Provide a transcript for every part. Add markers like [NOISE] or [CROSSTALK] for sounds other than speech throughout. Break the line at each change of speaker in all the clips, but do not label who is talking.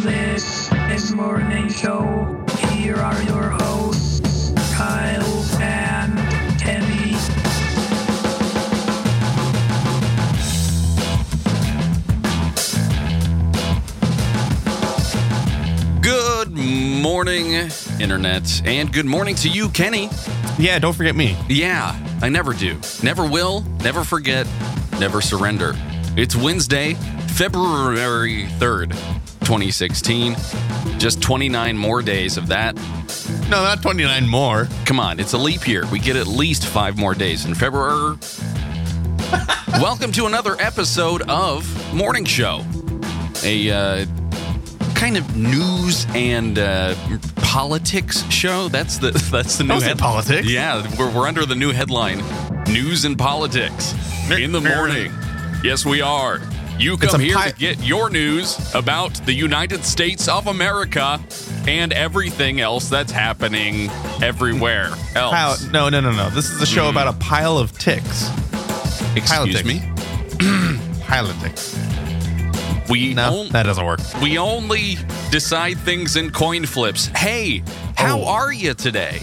This is Morning Show. Here are your hosts, Kyle and Kenny.
Good morning, Internet, and good morning to you, Kenny.
Yeah, don't forget me.
Yeah, I never do. Never will, never forget, never surrender. It's Wednesday, February 3rd, 2016. Just 29 more days of that.
No, not 29 more.
Come on, it's a leap year. We get at least five more days in February. [LAUGHS] Welcome to another episode of Morning Show, a uh, kind of news and uh, politics show. That's the [LAUGHS] that's the new
was in
head-
politics.
Yeah, we're, we're under the new headline: news and politics in the morning. Yes, we are. You
It's
come
a
here
pi-
to get your news about the United States of America and everything else that's happening everywhere else.
Pile, no, no, no, no. This is a show about a pile of ticks. Pile of
Excuse
ticks.
me.
[CLEARS THROAT] Pile of ticks.
We
No,
on-
that doesn't work.
we only decide things in coin flips. Hey, how
Oh.
are you today?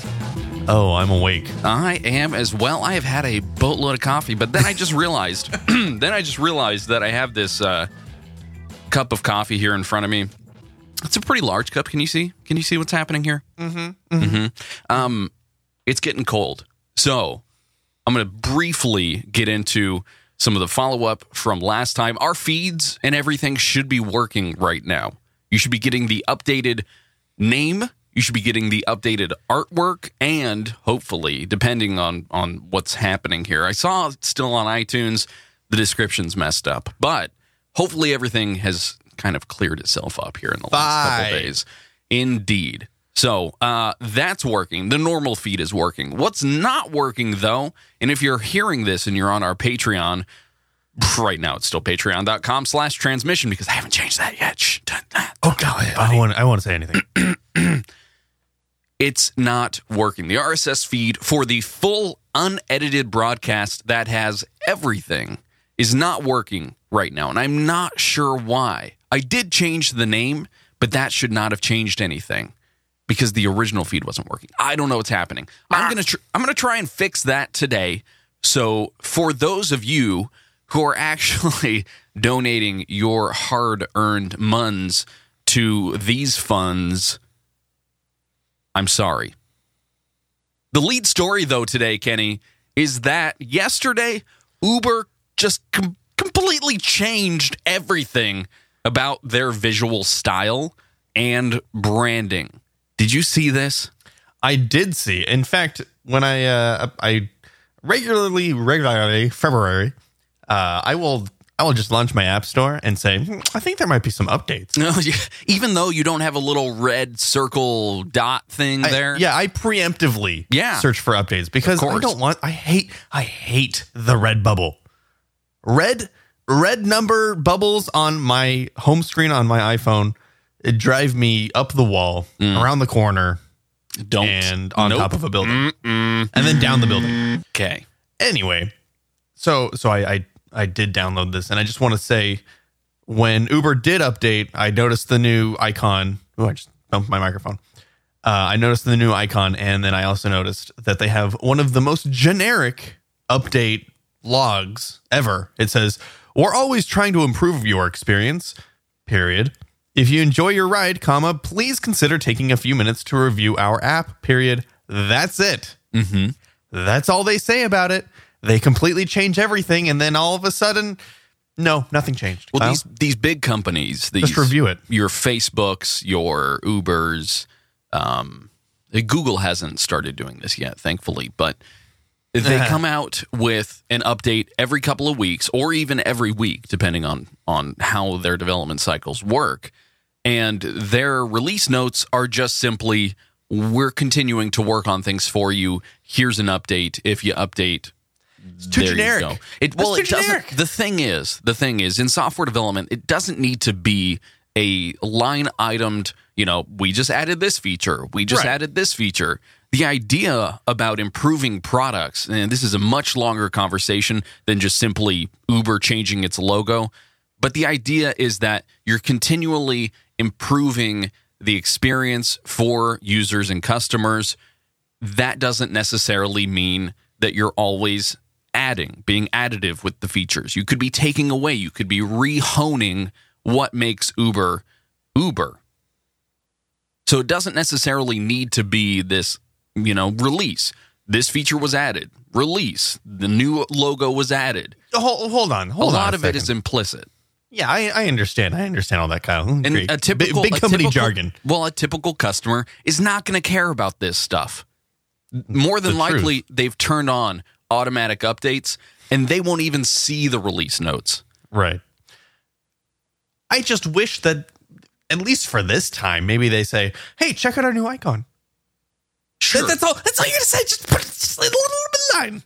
Oh, I'm awake.
I am as well. I have had a boatload of coffee, but then I just realized, [CLEARS THROAT] then I just realized that I have this uh, cup of coffee here in front of me. It's a pretty large cup. Can you see? Can you see what's happening here? Mm-hmm. Mm-hmm. Um, it's getting cold, so I'm going to briefly get into some of the follow up from last time. Our feeds and everything should be working right now. You should be getting the updated name, you should be getting the updated artwork, and hopefully, depending on, on what's happening here, I saw still on iTunes the description's messed up, but hopefully, everything has kind of cleared itself up here in the last couple
Fine.
days. Indeed. So uh, that's working. The normal feed is working. What's not working, though, and if you're hearing this and you're on our Patreon, right now it's still patreon.com slash transmission because I haven't changed that yet. Shh, don't- ah,
Oh God, I won't. I won't say [CLEARS THROAT] anything.
it's not working. The RSS feed for the full unedited broadcast that has everything is not working right now, and I'm not sure why. I did change the name, but that should not have changed anything because the original feed wasn't working. I don't know what's happening. I'm gonna tr- I'm gonna try and fix that today. So for those of you who are actually [LAUGHS] donating your hard-earned muns to these funds. I'm sorry. The lead story, though, today, Kenny, is that yesterday Uber just com- completely changed everything about their visual style and branding. Did you see this?
I did see. In fact, when I uh, I regularly regularly February, uh, I will I will just launch my app store and say "Hmm, I think there might be some
[LAUGHS]
updates.
No, you- even though you don't have a little red circle dot thing
I-
there.
yeah, I preemptively
Yeah.
search for updates because I
course.
don't want. I hate. I hate the red bubble. Red red number bubbles on my home screen on my iPhone. It drive me up the wall, around the corner,
Mm. don't.
and on
Nope.
top of a building, and then down the building.
Okay.
Anyway, so so I I, I did download this, and I just want to say when Uber did update, I noticed the new icon. Oh, I just bumped my microphone. Uh, I noticed the new icon, and then I also noticed that they have one of the most generic update logs ever. It says, "We're always trying to improve your experience." Period. If you enjoy your ride, comma, please consider taking a few minutes to review our app. Period. That's it.
Mm-hmm.
That's all they say about it. They completely change everything, and then all of a sudden, no, nothing changed.
Well,
Kyle?
these these big companies, these
Just review it.
Your Facebooks, your Ubers, um, Google hasn't started doing this yet, thankfully, but
[LAUGHS]
they come out with an update every couple of weeks, or even every week, depending on on how their development cycles work. And their release notes are just simply, "We're continuing to work on things for you. Here's an update. If you update,
too
there you
generic.
go. It
That's
well,
too
it doesn't.
generic.
The thing is, the thing is, in software development, it doesn't need to be a line itemed, you know, we just added this feature, we just
Right.
added this feature. The idea about improving products, and this is a much longer conversation than just simply Uber changing its logo, but the idea is that you're continually improving the experience for users and customers that doesn't necessarily mean that you're always adding, being additive with the features. You could be taking away, you could be rehoning what makes Uber Uber. So it doesn't necessarily need to be this, you know, release. This feature was added, release, the new logo was added.
Hold, Oh, hold on. Hold
a
on
lot
a
of it is
second.
implicit.
Yeah, I, I understand. I understand all that, Kyle.
And
Great.
a typical
big, big
a
company
typical-
jargon.
Well, a typical customer is not going to care about this stuff. More than
The
likely, they've turned on automatic updates and they won't even see the release notes.
Right. I just wish that, at least for this time, maybe they say, "Hey, check out our new icon." That-
Sure.
that's all. That's all you gotta say. Just put just a little bit of line.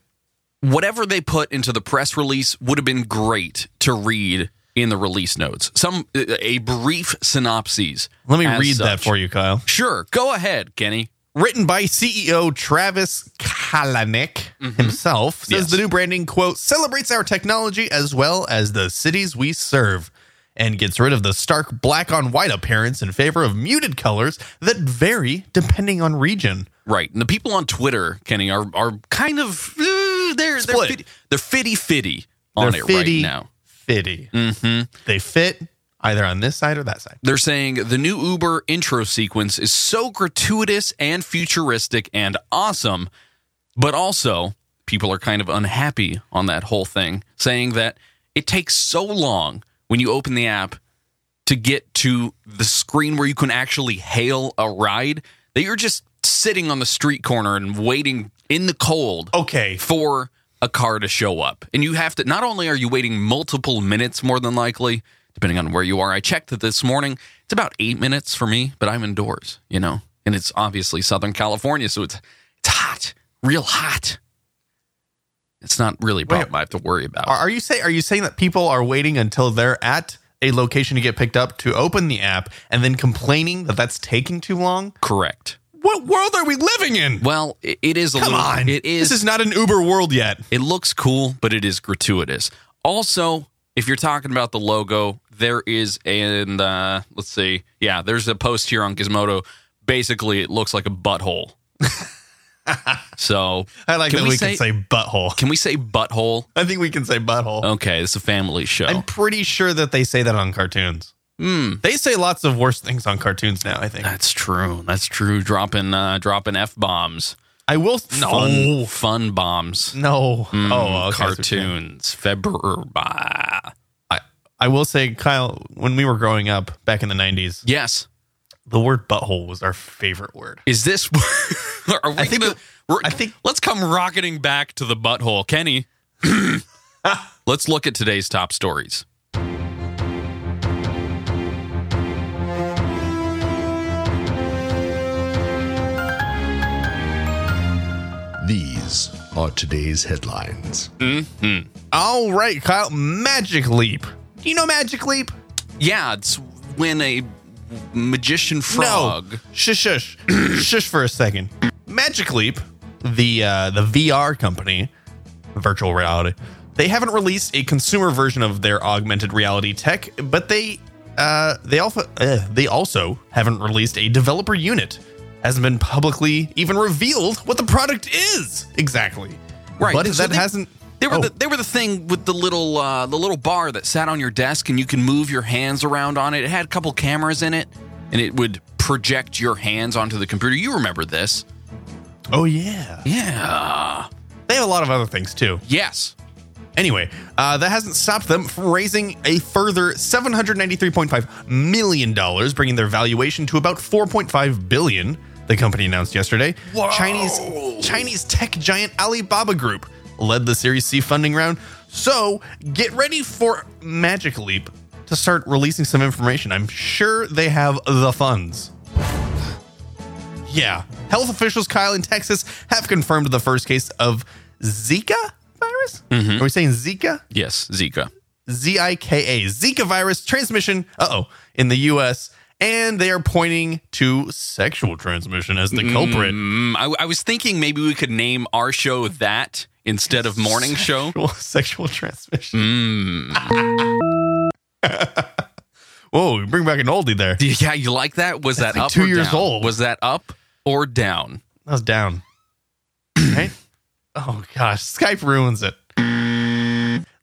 Whatever they put into the press release would have been great to read in the release notes. Some a brief synopses.
Let me
as
read that
such.
for you, Kyle.
Sure, go ahead, Kenny.
written by CEO Travis Kalanick himself, says
Mm-hmm. Yes.
the new branding quote celebrates our technology as well as the cities we serve and gets rid of the stark black on white appearance in favor of muted colors that vary depending on region.
Right. And the people on Twitter, Kenny, are are kind of eh, they're they're
Split.
fitty, they're fitty fitty on
They're
it
fitty,
right now. Mm-hmm.
Fitty. They fit either on this side or that side.
They're saying the new Uber intro sequence is so gratuitous and futuristic and awesome, but also people are kind of unhappy on that whole thing, saying that it takes so long when you open the app to get to the screen where you can actually hail a ride that you're just sitting on the street corner and waiting in the cold
Okay.
for a car to show up. And you have to not only are you waiting multiple minutes more than likely, depending on where you are. I checked it this morning. It's about 8 minutes for me, but I'm indoors, you know. And it's obviously Southern California, so it's it's hot, real hot. It's not really a problem I have to worry about.
Are, are you say are you saying that people are waiting until they're at a location to get picked up to open the app and then complaining that that's taking too long?
Correct.
What world are we living in?
Well, it, it is a
Come
little
on.
it is
This is not an Uber world yet.
It looks cool, but it is gratuitous. Also, if you're talking about the logo, there is an uh, let's see, yeah, there's a post here on Gizmodo. Basically, it looks like a
[LAUGHS]
butthole. so
I like
Can
that
we
we,
say-
can say butthole.
can Oh, we say butthole?
I think we can say butthole.
Okay, it's a family show.
I'm pretty sure that they say that on cartoons.
Hmm.
They say lots of worse things on cartoons now, I think.
that's true. That's true. Dropping uh, dropping f bombs,
I will no.
fun fun bombs, Mm,
No.
Hmm,
oh, okay.
cartoons, February.
I, I will say, Kyle, when we were growing up back in the 90s,
Yes,
the word butthole was our favorite word.
Is this? [LAUGHS] Are we I
think
think. Gonna,
it-
we're-
I think-
Let's come rocketing back to the butthole, [LAUGHS] Kenny. let's look at today's top stories.
These are today's headlines.
All right, Kyle. Magic Leap. Do you know Magic Leap?
Yeah, it's when a magician frog.
No. Shush, shush, [CLEARS THROAT] shush for a second. Magic Leap, the uh, the VR company, virtual reality. They haven't released a consumer version of their augmented reality tech, but they uh, they also uh, they also haven't released a developer unit. Hasn't been publicly even revealed what the product is exactly.
Right,
but
so
that
they-
hasn't.
They were
Oh,
the, they were the thing with the little uh, the little bar that sat on your desk and you can move your hands around on it. It had a couple cameras in it, and it would project your hands onto the computer. You remember this?
oh yeah.
Yeah.
They have a lot of other things too.
Yes.
Anyway, uh, that hasn't stopped them from raising a further $793.5 million, bringing their valuation to about $4.5 billion, the company announced yesterday. Chinese Chinese tech giant Alibaba Group led the Series C funding round. So get ready for Magic Leap to start releasing some information. I'm sure they have the funds. Yeah. Health officials, Kyle, in Texas have confirmed the first case of Zika virus. Are we saying Zika?
Yes. Zika.
Z I K A, Zika virus transmission, uh oh, in the US. And they are pointing to sexual transmission as the culprit.
Mm, I, I was thinking maybe we could name our show that instead of morning show.
Sexual, [LAUGHS] sexual transmission. [LAUGHS] Whoa, you bring back an oldie there.
Yeah, you like that? Was that
like
up?
two
or
years
down?
old.
Was that up or down?
That
[CLEARS THROAT]
was down. right? Oh gosh, Skype ruins it.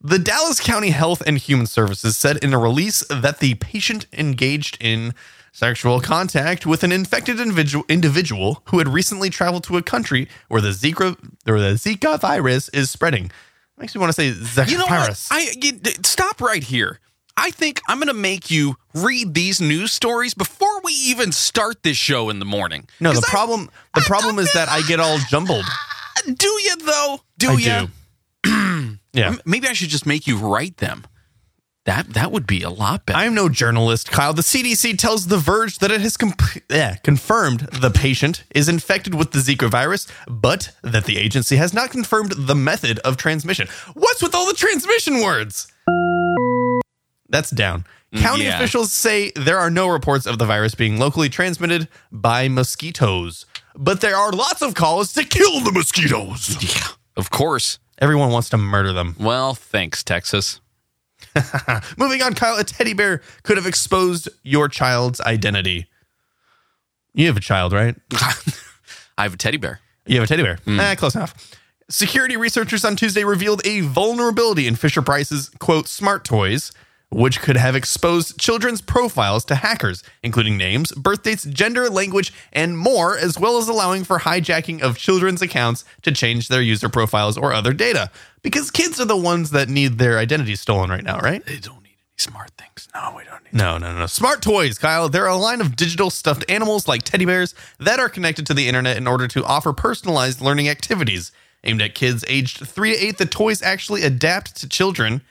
The Dallas County Health and Human Services said in a release that the patient engaged in sexual contact with an infected individual, individual who had recently traveled to a country where the Zika or the Zika virus is spreading. Makes me want to say Zika
You know
virus.
what? I you, d- stop right here. I think I'm going to make you read these news stories before we even start this show in the morning.
no, the
'Cause I-
problem the problem is that I get all jumbled.
do you though? Do
I
you?
do. [CLEARS THROAT] yeah.
Maybe I should just make you write them. That that would be a lot better.
I'm no journalist, Kyle. The CDC tells The Verge that it has com- eh, confirmed the patient is infected with the Zika virus, but that the agency has not confirmed the method of transmission. What's with all the transmission words? That's down. County
yeah.
officials say there are no reports of the virus being locally transmitted by mosquitoes, but there are lots of calls to kill the mosquitoes.
yeah, of course.
Everyone wants to murder them.
Well, thanks, Texas. [LAUGHS]
Moving on, Kyle, a teddy bear could have exposed your child's identity. You have a child, right?
I have a teddy bear.
You have a teddy bear. Ah, close enough. Security researchers on Tuesday revealed a vulnerability in Fisher Price's quote smart toys, which could have exposed children's profiles to hackers, including names, birth dates, gender, language, and more, as well as allowing for hijacking of children's accounts to change their user profiles or other data. Because kids are the ones that need their identity stolen right now, right?
They don't need any smart things. No, we don't need.
No, no, no. Smart toys, Kyle. They're a line of digital stuffed animals like teddy bears that are connected to the internet in order to offer personalized learning activities aimed at kids aged three to eight. The toys actually adapt to children.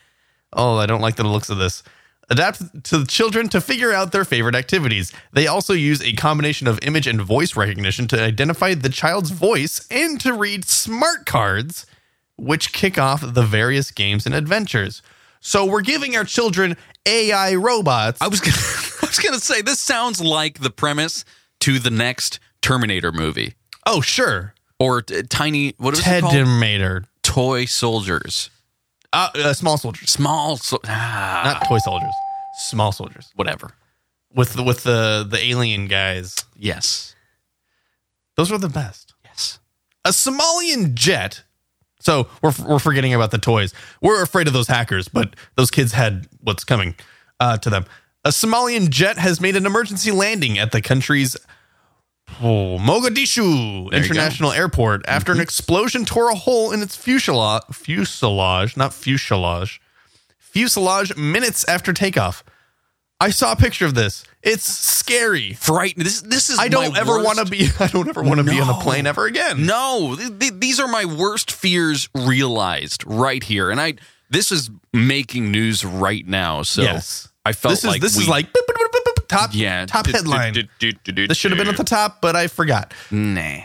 Oh, I don't like the looks of this. Adapt to the children to figure out their favorite activities. They also use a combination of image and voice recognition to identify the child's voice and to read smart cards which kick off the various games and adventures. So we're giving our children AI robots.
I was gonna, [LAUGHS] I was gonna say this sounds like the premise to the next Terminator movie
Oh, sure.
or t- tiny what was it
Ted
called?
Terminator.
Toy soldiers,
Uh, uh, small soldiers.
small, so- ah,
Not toy soldiers. Small soldiers.
whatever.
With the, with the, the alien guys.
Yes,
Those were the best.
yes.
A Somalian jet. So we're, we're forgetting about the toys. We're afraid of those hackers, but those kids had what's coming uh, to them. A Somalian jet has made an emergency landing at the country's oh, Mogadishu
go. Mm-hmm.
International Airport after an explosion tore a hole in its fuselage, fuselage, not fuselage, fuselage minutes after takeoff. I saw a picture of this. It's scary.
Fright. This this is.
I don't
my
ever
worst-
want to be. [LAUGHS] I don't ever want to be on a
No.
plane ever again.
No, th- th- these are my worst fears realized right here, and I. This is making news right now, so
Yes.
I felt
this is
like
this
we-
is like boop, boop, boop, boop, boop, top
yeah
top headline. This should have been at the top, but I forgot.
Nah.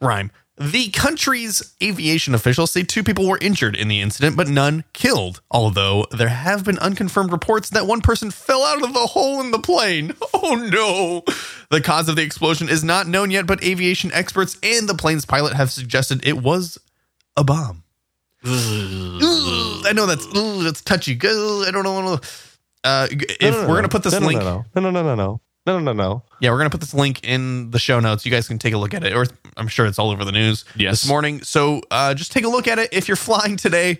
Rhyme. The country's aviation officials say two people were injured in the incident, but none killed. Although there have been unconfirmed reports that one person fell out of the hole in the plane. [LAUGHS] Oh no! The cause of the explosion is not known yet, but aviation experts and the plane's pilot have suggested it was a bomb. Ugh, I know that's ugh, that's touchy. Ugh, I don't know. Uh, if
No, no, no,
we're
no.
gonna put this
no, no,
link,
No, no, no, no, no, no, no, no, no, no.
yeah, we're gonna put this link in the show notes. You guys can take a look at it, or I'm sure it's all over the news
Yes.
this morning. So uh, just take a look at it if you're [LAUGHS] flying today.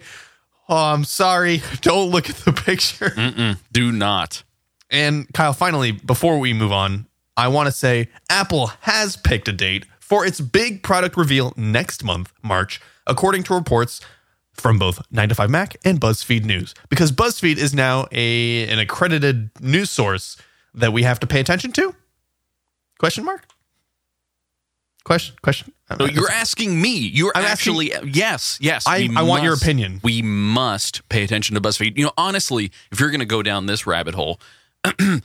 Oh, I'm sorry. [LAUGHS] Don't look at the picture.
Mm-mm. Do not.
And Kyle, finally, before we move on, I want to say Apple has picked a date for its big product reveal next month, March, according to reports from both 9 to 5 Mac and BuzzFeed News, because BuzzFeed is now a an accredited news source that we have to pay attention to? Question mark? Question question.
No, you're asking me. You're
I'm
actually yes, yes.
I-
we
I want your opinion.
We must pay attention to BuzzFeed. You know, honestly, if you're going to go down this rabbit hole, [CLEARS THROAT]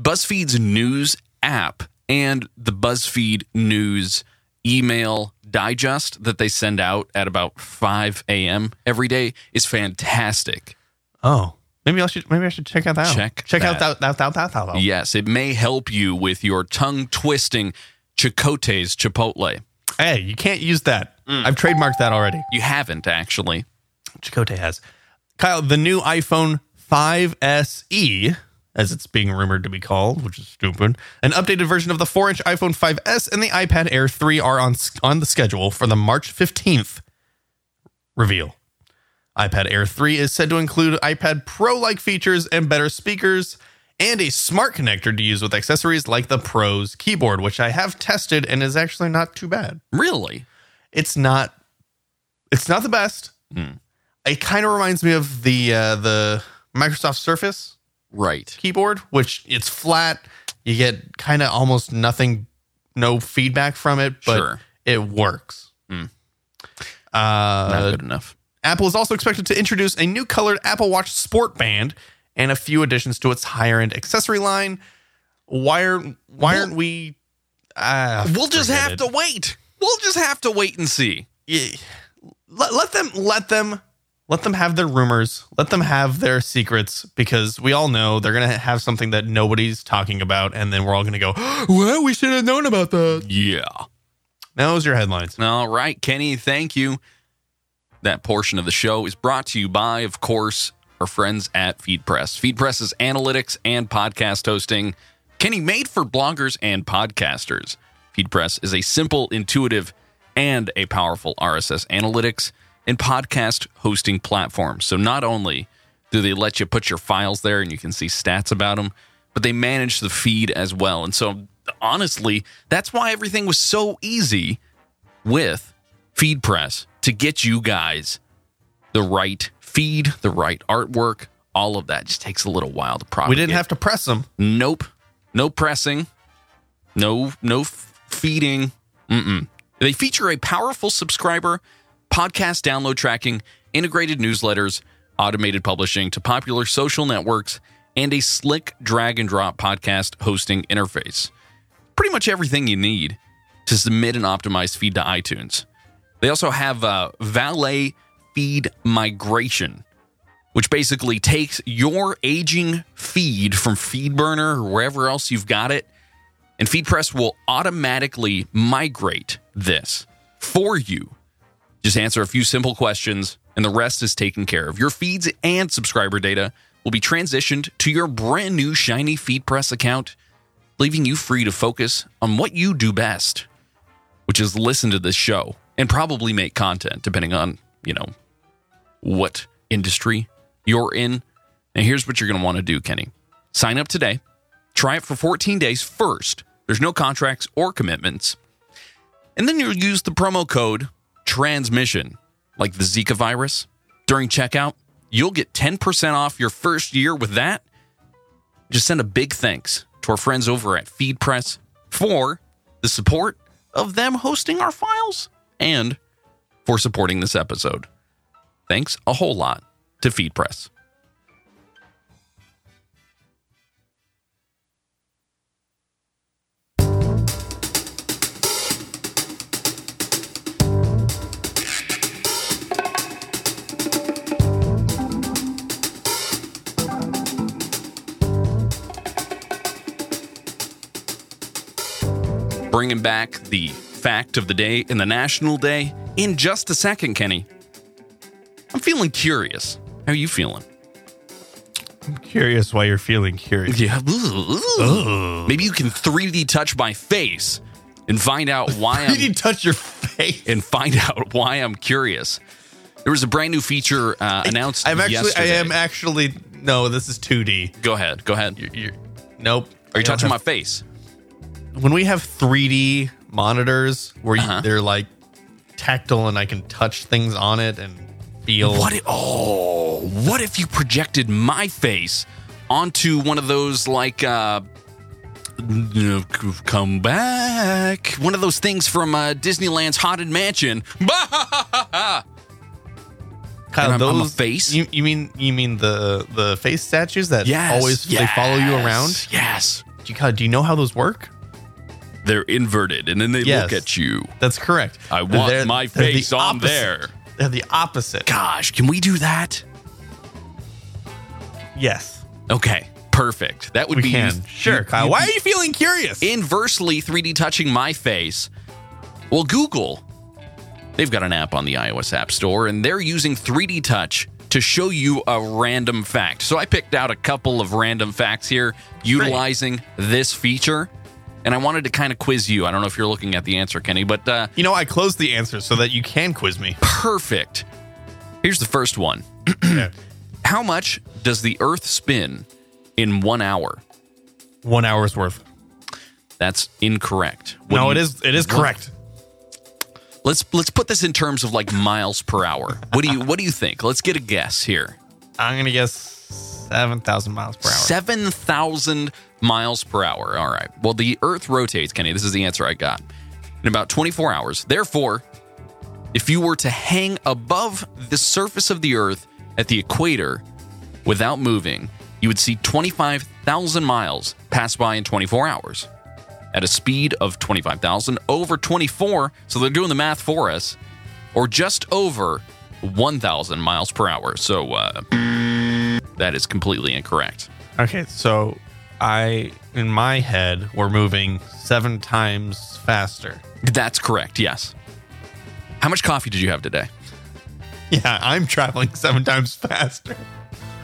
BuzzFeed's news app and the BuzzFeed news email digest that they send out at about 5 a.m. every day is fantastic.
Oh. Maybe I should maybe I should check out that.
Check
check out
that.
that that that that. that.
Yes, it may help you with your tongue twisting Chicote's Chipotle.
Hey, you can't use that.
Mm.
I've trademarked that already.
You haven't actually.
Chicote has. Kyle, the new iPhone 5SE, as it's being rumored to be called, which is stupid, an updated version of the 4 inch iPhone 5S and the iPad Air 3 are on, on the schedule for the March 15th reveal. iPad Air 3 is said to include iPad Pro like features and better speakers. And a smart connector to use with accessories like the Pro's keyboard, which I have tested and is actually not too bad
Really?
it's not it's not the best. It kind of reminds me of the uh, the Microsoft Surface
Right.
keyboard, which it's flat. You get kind of almost nothing, no feedback from it, but
Sure.
it works.
Not
Uh,
good enough.
Apple is also expected to introduce a new colored Apple Watch Sport Band and a few additions to its higher end accessory line. Why are why aren't we? Uh,
We'll just
forget
have
it.
to wait. We'll just have to wait and see.
Yeah. let, let them let them let them have their rumors let them have their secrets because we all know they're gonna have something that nobody's talking about and then we're all gonna go [GASPS] well we should have known about that
Yeah.
those are your headlines
All right, Kenny, thank you. That portion of the show is brought to you by, of course, our friends at FeedPress. FeedPress's analytics and podcast hosting. Kenny, made for bloggers and podcasters. FeedPress is a simple, intuitive, and a powerful RSS analytics and podcast hosting platform. So not only do they let you put your files there and you can see stats about them, but they manage the feed as well. And so, honestly, that's why everything was so easy with FeedPress to get you guys the right feed, the right artwork, all of that. Just takes a little while to propagate.
we didn't have to press them
Nope. No pressing. No no f- feeding. Mm-mm. They feature a powerful subscriber, podcast download tracking, integrated newsletters, automated publishing to popular social networks, and a slick drag and drop podcast hosting interface. Pretty much everything you need to submit an optimized feed to iTunes. They also have uh, Valet feed migration which basically takes your aging feed from FeedBurner or wherever else you've got it, and FeedPress will automatically migrate this for you. Just answer a few simple questions, and the rest is taken care of. Your feeds and subscriber data will be transitioned to your brand new shiny FeedPress account, leaving you free to focus on what you do best, which is listen to this show and probably make content, depending on, you know, what industry you're in. And here's what you're going to want to do, Kenny. Sign up today. Try it for 14 days first. There's no contracts or commitments. And then you'll use the promo code transmission, like the Zika virus, during checkout. You'll get 10% off your first year with that. Just send a big thanks to our friends over at FeedPress for the support of them hosting our files and for supporting this episode. Thanks a whole lot to FeedPress. Bringing back the fact of the day and the national day in just a second, Kenny. I'm feeling curious. How are you feeling?
i'm curious why you're
[LAUGHS]
feeling curious
Yeah.
Oh.
Maybe you can 3D touch my face and find out why
[LAUGHS] you
I'm
didn't touch your face
and find out why I'm curious. There was a brand new feature uh, announced.
i'm actually
yesterday.
i am actually no this is 2d
Go ahead. Go ahead.
you're, nope
Are
I
you
don't
touching
have
my face?
when we have 3D monitors where you,
Uh-huh.
they're like tactile and I can touch things on it and feel
What? If, oh, what if you projected my face onto one of those like uh, come back, one of those things from uh, Disneyland's Haunted Mansion? [LAUGHS]
Kyle,
and I'm- I'm a face?
You, you mean you mean the the face statues that
Yes,
always they follow you
yes,
around?
Yes,
Do you, Kyle, do you know how those work?
they're inverted, and then they
Yes.
look at you.
That's correct.
I want
They're-
my
they're the
face on
opposite.
there.
They're the opposite.
Gosh, can we do that?
Yes,
Okay, perfect. That would
we
be
can. Sure, Kyle. Why are you feeling curious?
inversely 3D touching my face. Well, Google, they've got an app on the iOS App Store, and they're using 3D touch to show you a random fact. So I picked out a couple of random facts here utilizing this feature, and I wanted to kind of quiz you. I don't know if you're looking at the answer, Kenny, but uh,
You know, I closed the answers so that you can quiz me.
perfect. Here's the first one [CLEARS THROAT]
Okay.
How much does the Earth spin in one hour?
One hour's worth.
That's incorrect. What
No,
do
it
you-
is. It is
what-
correct.
Let's let's put this in terms of like miles per hour. What do you what do you think? Let's get a guess here.
I'm gonna guess seven thousand miles per hour.
Seven thousand miles per hour. All right. Well, the Earth rotates, Kenny. This is the answer I got in about 24 hours. Therefore, if you were to hang above the surface of the Earth at the equator without moving, you would see 25,000 miles pass by in 24 hours at a speed of 25,000 over 24. So they're doing the math for us, or just over 1,000 miles per hour. So uh, that is completely incorrect.
Okay, so I in my head we're moving seven times faster.
That's correct. Yes. How much coffee did you have today?
[LAUGHS] Yeah, I'm traveling seven times faster.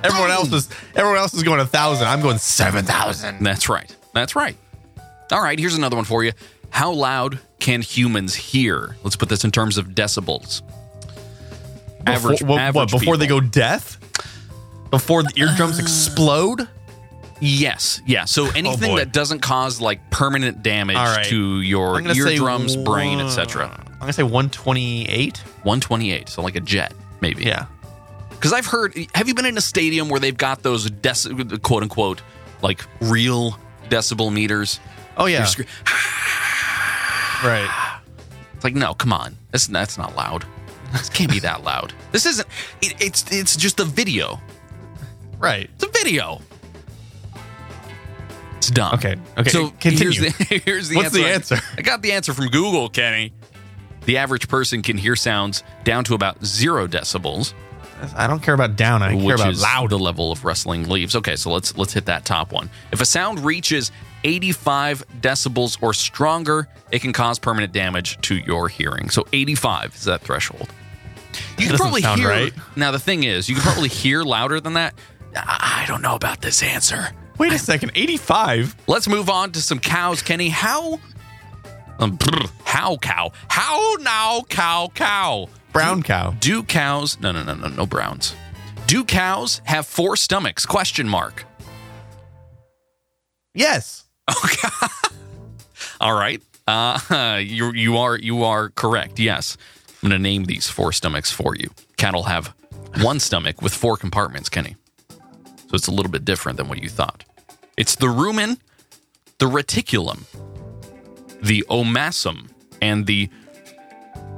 Everyone else is everyone else is going a thousand. I'm going seven thousand.
That's right. That's right. All right. Here's another one for you. How loud can humans hear? Let's put this in terms of decibels. Average.
Before, what,
average
what, before they
people.
go deaf? Before the
[SIGHS]
eardrums explode?
Yes. Yeah. So anything
Oh, boy.
that doesn't cause like permanent damage
All right.
to your
I'm gonna say
eardrums, brain,
one-
etc.
I'm gonna say one twenty eight.
128. So like a jet, maybe.
Yeah.
Because I've heard. Have you been in a stadium where they've got those deci- quote unquote like real decibel meters?
Oh yeah.
You're [SIGHS] scr-
right.
It's like, no, come on. That's that's not loud. This can't be that loud. This isn't. It, it's it's just a video.
Right.
It's a video. It's dumb.
Okay, okay,
So
continue.
here's the, [LAUGHS] here's the
What's
answer.
the
I-
answer?
I got the answer from Google, Kenny. The average person can hear sounds down to about zero decibels,
I don't care about down. I care
which
about
is
loud.
the level of rustling leaves. Okay, so let's let's hit that top one. If a sound reaches 85 decibels or stronger, it can cause permanent damage to your hearing. So 85 is that threshold. You can
doesn't
probably
sound
hear.
right.
Now the thing is, you can probably hear louder than that. I I don't know about this answer.
Wait a second. Eighty five.
Let's move on to some cows, Kenny. How? Um, brr, how cow? How now cow cow?
Brown cow.
Do cows? No no no no no browns. Do cows have four stomachs? Question mark.
Yes.
All right. Uh, [LAUGHS] you you are you are correct. Yes, I'm going to name these four stomachs for you. Cattle have one stomach with four compartments, Kenny. So it's a little bit different than what you thought. It's the rumen, the reticulum, the omasum, and the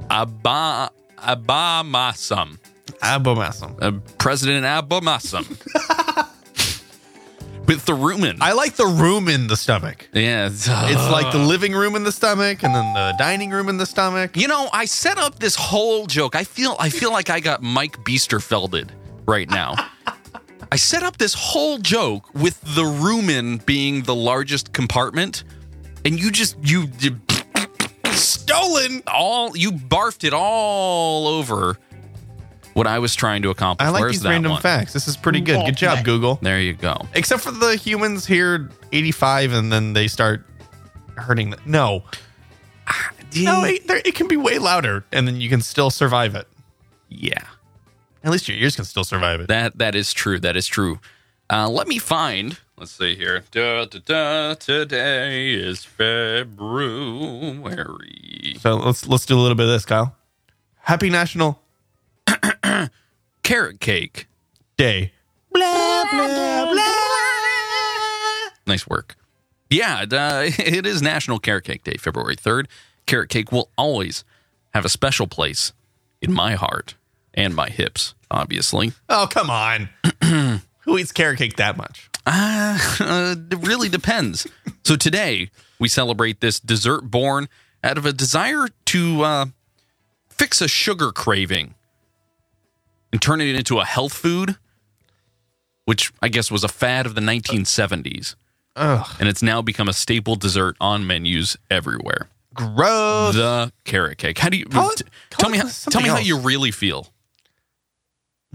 aba abomasum.
Abomasum.
Uh, President abomasum. [LAUGHS] With the rumen,
I like the room in the stomach.
yeah, it's, uh,
It's like the living room in the stomach and then the dining room in the stomach.
You know, I set up this whole joke. I feel I feel like I got Mike Biesterfelded right now. I set up this whole joke with the rumen being the largest compartment, and you just you, you stolen all you barfed it all over what I was trying to accomplish.
I like
Where's
these
that
random
one?
facts. This is pretty good. Good job, Google.
There you go.
Except for the humans here, 85, and then they start hurting. The, no. No, it, there- it can be way louder, and then you can still survive it.
Yeah.
At least your ears can still survive it.
That that is true. That is true. Uh, let me find. Let's see here. Da, da, da, today is February.
So let's let's do a little bit of this, Kyle. Happy National
Carrot cake.
Day.
Nice work. Yeah, it, uh, [LAUGHS] it is National Carrot Cake Day, February third. Carrot cake will always have a special place in my heart and my hips. Obviously,
Oh, come on. [CLEARS THROAT] Who eats carrot cake that much?
uh, [LAUGHS] it really depends. So today we celebrate this dessert born out of a desire to uh, fix a sugar craving and turn it into a health food which I guess was a fad of the 1970s,
Ugh,
and it's now become a staple dessert on menus everywhere.
gross.
The carrot cake. How do you
Call it-
t-
call
tell
it
me? How, tell
something
me how
else.
you really feel. [LAUGHS]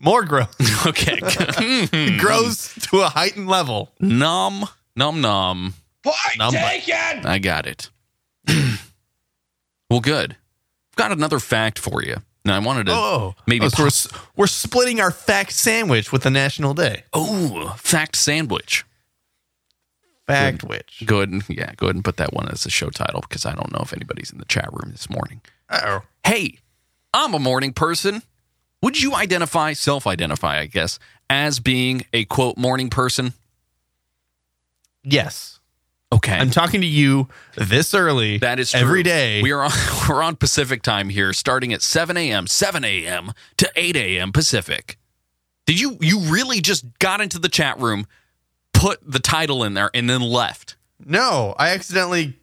More gross. [LAUGHS]
Okay, Hmm.
[CLEARS THROAT] gross to a heightened level.
nom nom nom.
Numb-
I got it. [CLEARS THROAT] well, good. Got another fact for you. Now I wanted to
Oh,
maybe
Oh, so we're, s- we're splitting our fact sandwich with the National Day.
oh fact sandwich.
Fact which.
Go ahead and yeah, go ahead and put that one as a show title because I don't know if anybody's in the chat room this morning.
Oh,
Hey, I'm a morning person. Would you identify, self identify, I guess, as being a quote morning person?
yes.
Okay.
I'm talking to you this early.
that is true.
every day.
We are on [LAUGHS] we're on Pacific time here, starting at seven AM, seven AM to eight AM Pacific. Did you you really just got into the chat room, put the title in there, and then left?
no, I accidentally,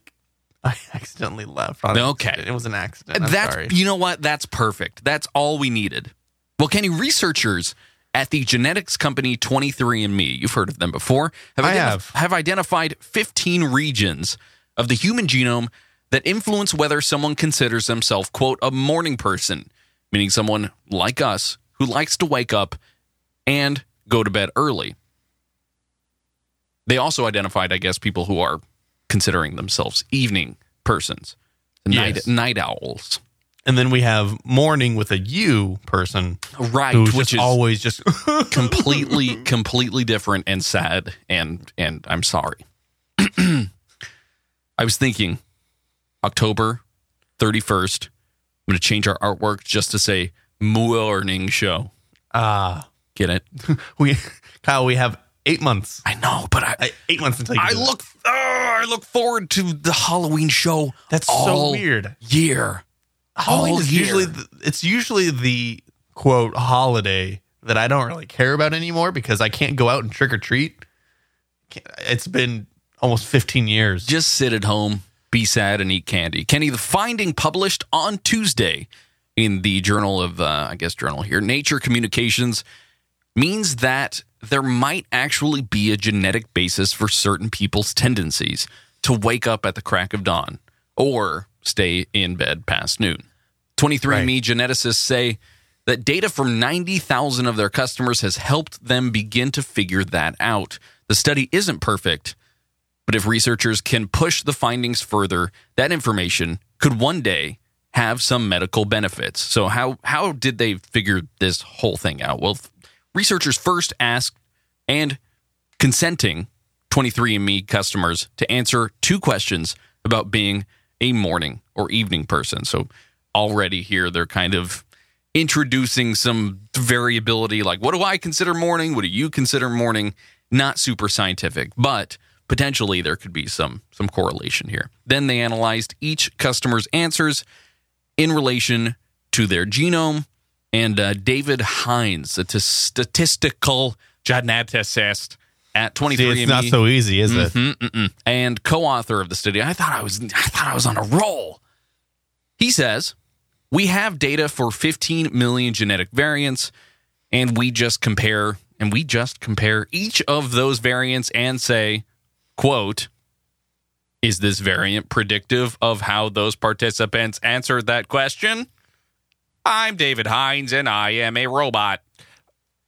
I accidentally left. on
Okay.
accident. it was an accident. I'm
That's
sorry.
you know what? That's perfect. That's all we needed. Well, Kenny, researchers at the genetics company 23andMe, you've heard of them before, have,
I
identi-
have.
have identified 15 regions of the human genome that influence whether someone considers themselves, quote, a morning person, meaning someone like us who likes to wake up and go to bed early. They also identified, I guess, people who are considering themselves evening persons, night,
Yes.
night owls.
and then we have morning with a you person
right
who's
which
just
is
always just [LAUGHS]
completely completely different and sad and and i'm sorry [CLEARS THROAT] i was thinking october 31st i'm going to change our artwork just to say morning show
ah.
get it
we Kyle, we have eight months.
i know but i i,
I- Eight months until you do that.
look oh, i look forward to the halloween show
That's
all
so weird.
year
Halloween
all
is
year.
Oh, usually the, it's usually the quote holiday that I don't really care about anymore because I can't go out and trick or treat. Can't- It's been almost 15 years.
just sit at home, be sad, and eat candy. Kenny, the finding published on Tuesday in the Journal of, uh, I guess, Journal here, Nature Communications, means that there might actually be a genetic basis for certain people's tendencies to wake up at the crack of dawn or stay in bed past noon. 23andMe geneticists say that data from 90,000 of their customers has helped them begin to figure that out. The study isn't perfect, but if researchers can push the findings further, that information could one day have some medical benefits. So how how did they figure this whole thing out? Well, f- researchers first asked and consenting 23andme customers to answer two questions about being a morning or evening person. So already here they're kind of introducing some variability like what do I consider morning? What do you consider morning? Not super scientific, but potentially there could be some some correlation here. Then they analyzed each customer's answers in relation to their genome. And uh, David Hines, a t- statistical geneticist at 23andMe,
See, it's not so easy, is it?
Mm, mm, mm. and co-author of the study. I thought I was I thought I was on a roll. He says, "We have data for 15 million genetic variants and we just compare and we just compare each of those variants and say, quote, is this variant predictive of how those participants answered that question? I'm David Hines and I am a robot.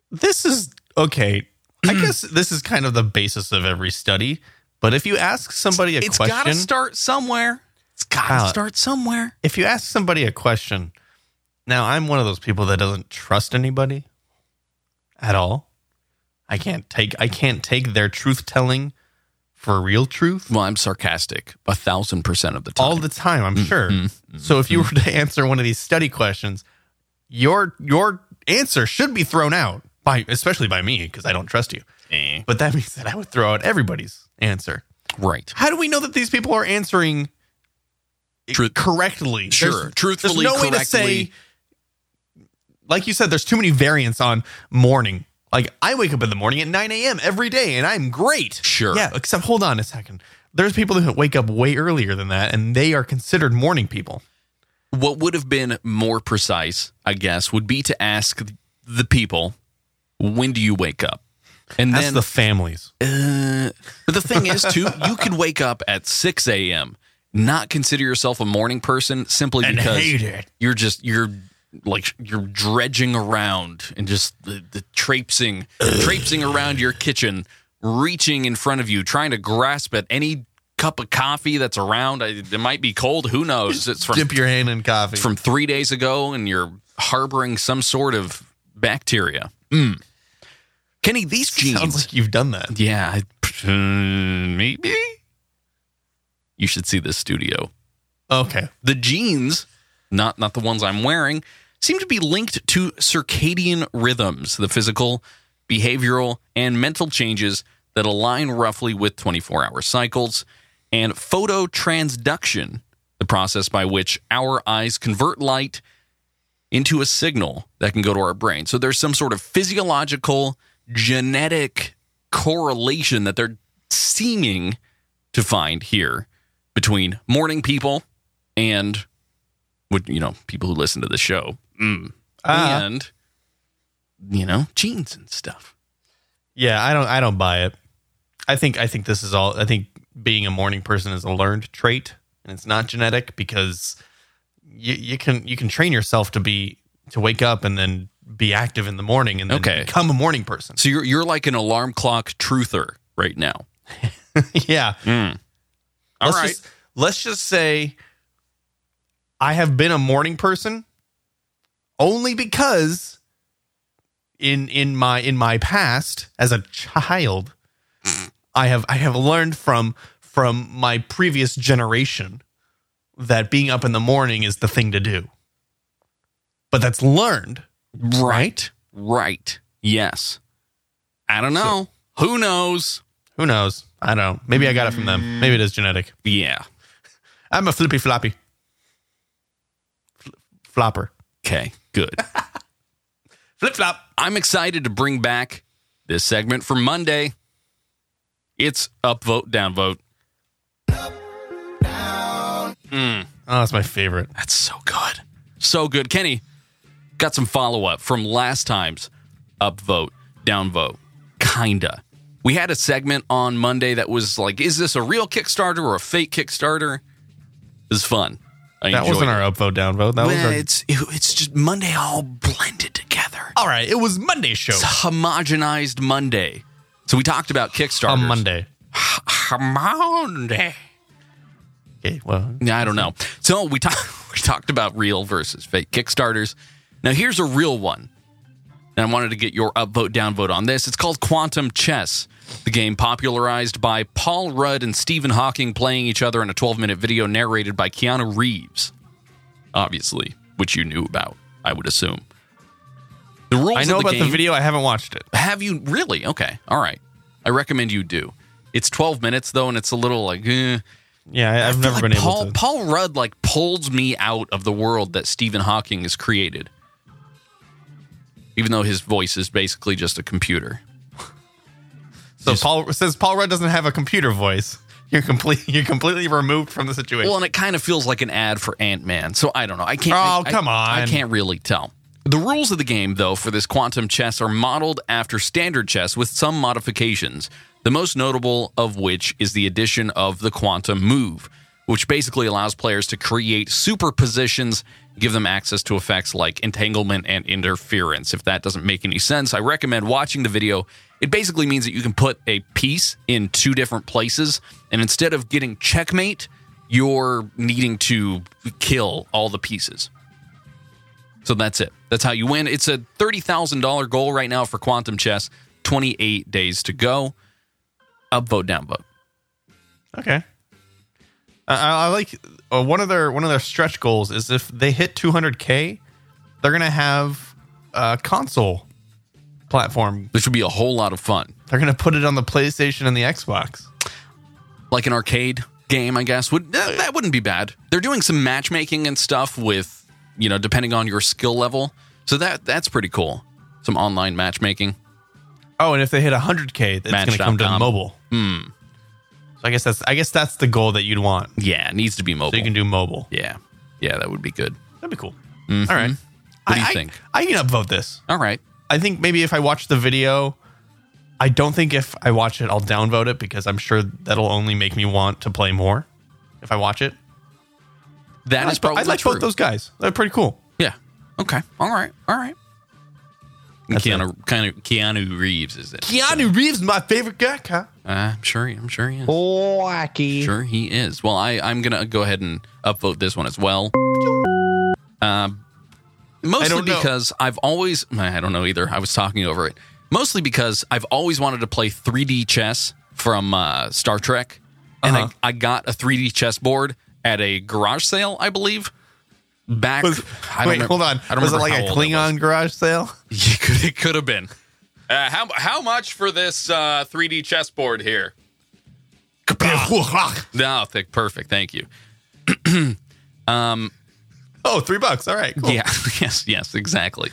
This is okay.
[CLEARS THROAT]
I guess this is kind of the basis of every study. But if you ask somebody a
It's
question,
got to start somewhere. It's got to
Wow.
start somewhere.
if you ask somebody a question, now I'm one of those people that doesn't trust anybody at all. I can't take I can't take their truth telling for real truth
Well, I'm sarcastic a thousand percent of the time.
all the time, I'm sure. So if you were to answer one of these study questions, your your answer should be thrown out by especially by me because I don't trust you.
Eh.
But that means that I would throw out everybody's answer.
Right.
How do we know that these people are answering it
Truth-
correctly?
Sure. Truthfully,
there's no way to
correctly.
say. Like you said, there's too many variants on morning. Like I wake up in the morning at 9 a.m. every day, and I'm great.
Sure.
Yeah. Except hold on a second. There's people who wake up way earlier than that, and they are considered morning people.
What would have been more precise, I guess, would be to ask the people when do you wake up? And
That's
then
the families.
[LAUGHS] But the thing is, too, you could wake up at 6 a.m., not consider yourself a morning person simply
And
because
hate it.
you're just, you're like, you're dredging around and just the, the traipsing, traipsing around your kitchen, reaching in front of you, trying to grasp at any cup of coffee that's around. I, it might be cold. Who knows? It's from,
Dip your hand in coffee.
from three days ago and you're harboring some sort of bacteria. Mm. Kenny, these genes.
Sounds like you've done that.
Yeah, I- uh, maybe. You should see this studio.
Okay.
The jeans, not not the ones I'm wearing, seem to be linked to circadian rhythms, the physical, behavioral, and mental changes that align roughly with 24-hour cycles, and phototransduction, the process by which our eyes convert light into a signal that can go to our brain. So there's some sort of physiological, genetic correlation that they're seeming to find here between morning people and would you know people who listen to the show mm.
Ah.
and you know genes and stuff.
Yeah, I don't I don't buy it. I think I think this is all I think being a morning person is a learned trait and it's not genetic because you, you can you can train yourself to be to wake up and then be active in the morning and then
Okay.
become a morning person. [LAUGHS]
So you're you're like an alarm clock truther right now.
yeah.
All
let's
right.
Just, let's just say I have been a morning person only because in in my in my past as a child I have I have learned from from my previous generation that being up in the morning is the thing to do. But that's learned.
Right. Right. Yes. I don't know. Who knows?
Who knows? I don't know. Maybe I got it from them. Maybe it is genetic.
Yeah.
I'm a flippy floppy. Fl- flopper.
Okay. [LAUGHS] Good.
Flip flop.
I'm excited to bring back this segment for Monday. It's upvote, downvote.
Oh, that's my favorite.
That's so good. So good. Kenny, got some follow up from last time's upvote, downvote. Kinda. We had a segment on Monday that was like, is this a real Kickstarter or a fake Kickstarter? It was fun. I
That
enjoyed
wasn't
it.
our upvote downvote. That was
Well,
our,
it's, it- it's just Monday all blended together.
all right. It was Monday show
It's homogenized Monday. So we talked about Kickstarter.
on Monday.
Monday.
Okay, well,
Yeah, I don't know. So we talked [LAUGHS] we talked about real versus fake Kickstarters. Now here's a real one. And I wanted to get your upvote downvote on this. It's called Quantum Chess, the game popularized by Paul Rudd and Stephen Hawking playing each other in a 12-minute video narrated by Keanu Reeves. Obviously, which you knew about, I would assume. The rules
I know
of the
about
game,
the video. I haven't watched it.
have you really? Okay. All right. I recommend you do. It's 12 minutes though and it's a little like eh.
Yeah, I, I've
I feel
never
like
been able
Paul,
to.
Paul Rudd like pulls me out of the world that Stephen Hawking has created, even though his voice is basically just a computer.
so Paul says Paul Rudd doesn't have a computer voice. [LAUGHS] You're complete. You're completely removed from the situation.
Well, and it kind of feels like an ad for Ant Man. So I don't know. I can't. I-
Oh,
I-
come
I
on.
can't really tell. The rules of the game, though, for this quantum chess are modeled after standard chess with some modifications. The most notable of which is the addition of the quantum move, which basically allows players to create superpositions, give them access to effects like entanglement and interference. If that doesn't make any sense, I recommend watching the video. It basically means that you can put a piece in two different places, and instead of getting checkmate, you're needing to kill all the pieces. So that's it. That's how you win. It's a $30,000 goal right now for Quantum Chess. 28 days to go. Upvote, downvote.
okay. I, I I like uh, one of their one of their stretch goals is if they hit 200k, they're gonna have a console platform.
This would be a whole lot of fun.
They're gonna put it on the PlayStation and the Xbox.
Like an arcade game, I guess. Would that, that wouldn't be bad. They're doing some matchmaking and stuff with, you know, depending on your skill level. So that that's pretty cool. Some online matchmaking.
Oh, and if they hit 100k, it's going
Match
to come to
dot com.
mobile. Hmm. So I guess that's I guess that's the goal that you'd want.
Yeah, it needs to be mobile.
So you can do mobile.
yeah. Yeah, that would be good.
That'd be cool. All
Mm-hmm.
right.
What do
I-
you
I-
think?
I can upvote this.
All right.
I think maybe if I watch the video, I don't think if I watch it, I'll downvote it because I'm sure that'll only make me want to play more if I watch it.
That is
I'd-
probably
I like
true.
both those guys. They're pretty cool.
Yeah. Okay. All right. All right. And
That's
Keanu, kind of Keanu Reeves is it?
Keanu Reeves, my favorite guy. Huh?
Uh, I'm sure. I'm sure he is.
Wacky.
Sure he is. Well, I I'm gonna go ahead and upvote this one as well. Um, mostly
don't know.
because I've always I don't know either. I was talking over it. Mostly because I've always wanted to play 3D chess from uh, Star Trek, and
Uh-huh.
I, I got a 3D chess board at a garage sale, I believe. Back,
Was,
I don't
wait,
remem-
hold on.
I don't
was it
remember
like
how
a
old I was.
Klingon garage sale? [LAUGHS]
[LAUGHS] You could, it could have been. Uh, how how much for this uh, 3D chessboard here? No, th- perfect. Thank you.
oh, three bucks. All right. Cool.
Yeah. [LAUGHS] yes. Yes. Exactly.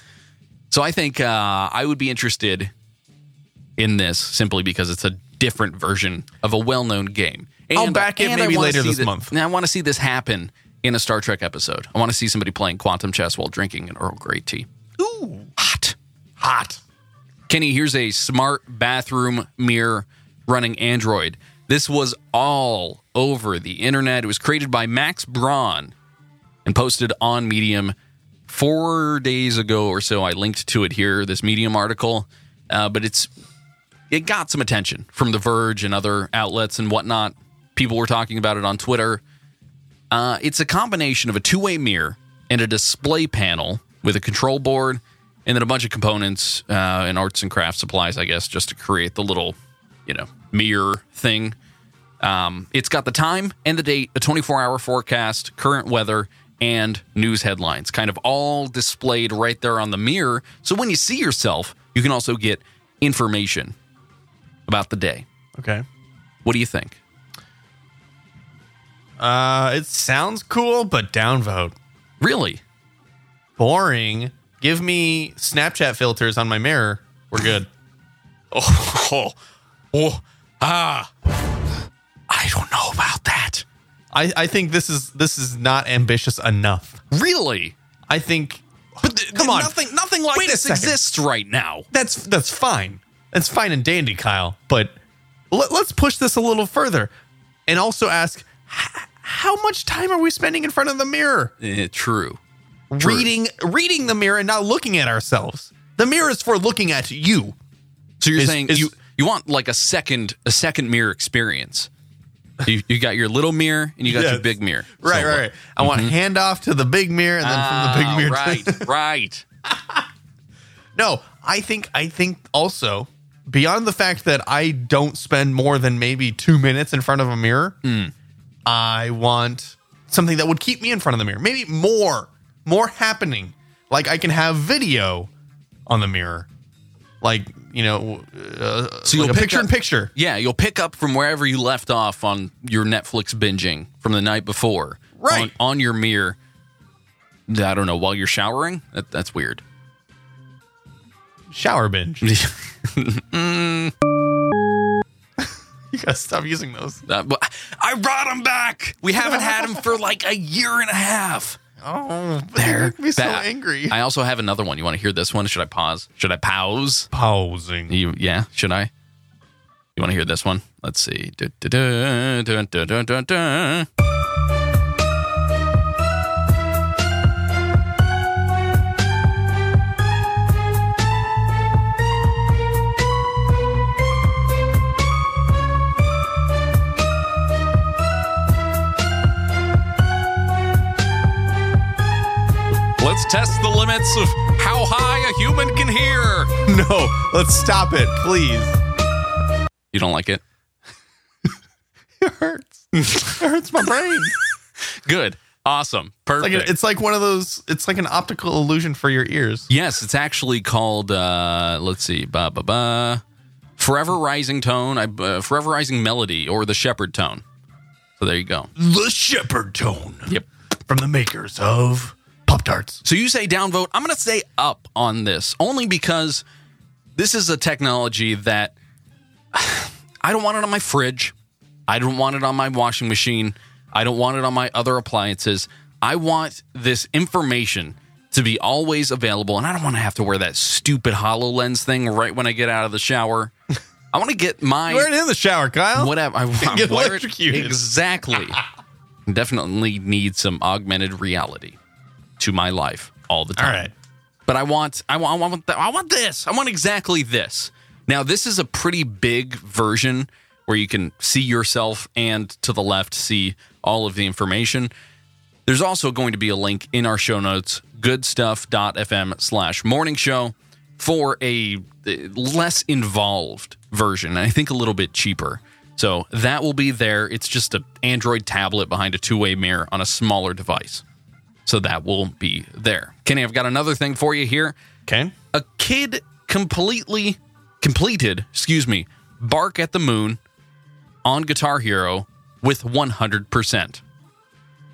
So I think uh, I would be interested in this simply because it's a different version of a well-known game. And,
I'll back it
and I
maybe
wanna
later
see
this
that-
month.
And I want to see this happen in a Star Trek episode. I want to see somebody playing quantum chess while drinking an Earl Grey tea. Ooh, hot.
Hot.
Kenny, here's a smart bathroom mirror running Android. This was all over the internet. It was created by Max Braun and posted on Medium four days ago or so. I linked to it here, this Medium article, uh, but it's it got some attention from The Verge and other outlets and whatnot. People were talking about it on Twitter. Uh, it's a combination of a two way mirror and a display panel with a control board and then a bunch of components uh, and arts and crafts supplies, I guess, just to create the little, you know, mirror thing. Um, it's got the time and the date, a 24 hour forecast, current weather, and news headlines kind of all displayed right there on the mirror. So when you see yourself, you can also get information about the day.
Okay.
What do you think?
Uh, it sounds cool, but downvote.
Really?
Boring. Give me Snapchat filters on my mirror. We're good.
Oh, [LAUGHS] oh, ah. I don't know about that.
I, I think this is this is not ambitious enough.
Really?
I think
But th-
Come on.
Nothing, nothing like
Wait a
this
second.
exists right now.
that's that's fine. That's fine and dandy, Kyle. But let, let's push this a little further, and also ask: h- How much time are we spending in front of the mirror,
Eh, true.
reading reading the mirror, and not looking at ourselves? The mirror is for looking at you.
So you're
Is-
saying
is-
you, you want like a second a second mirror experience. You, you got your little mirror and you got your
Yes.
big mirror.
Right,
So,
right,
uh,
right. I
[LAUGHS]
want handoff to the big mirror, and then from the
ah,
big mirror. to-
right, right.
[LAUGHS] No, I think I think also beyond the fact that I don't spend more than maybe two minutes in front of a mirror,
Hmm.
I want something that would keep me in front of the mirror. Maybe more, more happening. Like I can have video on the mirror, like you know, uh,
So
like
you'll
a
pick
picture in
up-
picture.
Yeah, you'll pick up from wherever you left off on your Netflix binging from the night before.
Right.
On, on your mirror. I don't know, while you're showering? That, that's
[LAUGHS]
weird.
Shower binge. [LAUGHS]
Uh,
you gotta stop using those.
but Uh, I brought him back. We haven't had him for like a year and a half.
Oh, but
There.
they make me so
That-
angry.
I also have another one. You want to hear this one? Should I pause? Should I pause?
Pausing.
You, yeah, should I? You want to hear this one? Let's see. Du- du- du- du- du- du- du- du. Let's test the limits of how high a human can hear.
[LAUGHS] No, let's stop it, please.
You don't like it?
It [LAUGHS] hurts. it hurts my brain.
Good. Awesome.
It's
Perfect.
like, it's like one of those. It's like an optical illusion for your ears.
yes, it's actually called, uh, let's see, ba ba ba, Forever Rising Tone, I- uh, Forever Rising Melody, or the Shepherd Tone. So there you go.
The shepherd tone.
Yep.
From the makers of Pop Tarts.
So you say downvote. I'm going to say up on this only because this is a technology that [SIGHS] I don't want it on my fridge. I don't want it on my washing machine. I don't want it on my other appliances. I want this information to be always available. And I don't want to have to wear that stupid HoloLens thing right when I get out of the shower. [LAUGHS] I want to get my
Wear it in the shower, Kyle.
whatever. I want
[LAUGHS] Get
to wear it.
electrocuted.
Exactly.
[LAUGHS]
Definitely need some augmented reality to my life all the time.
All right.
But I want, I want, I want, th- I want this. I want exactly this. Now, this is a pretty big version where you can see yourself and to the left see all of the information. There's also going to be a link in our show notes, goodstuff.fm slash morning show for a uh, less involved version. And I think a little bit cheaper. So that will be there. It's just an Android tablet behind a two-way mirror on a smaller device. So that will be there. Kenny, I've got another thing for you here.
Ken?
A kid completely completed, excuse me, Bark at the Moon on Guitar Hero with 100%.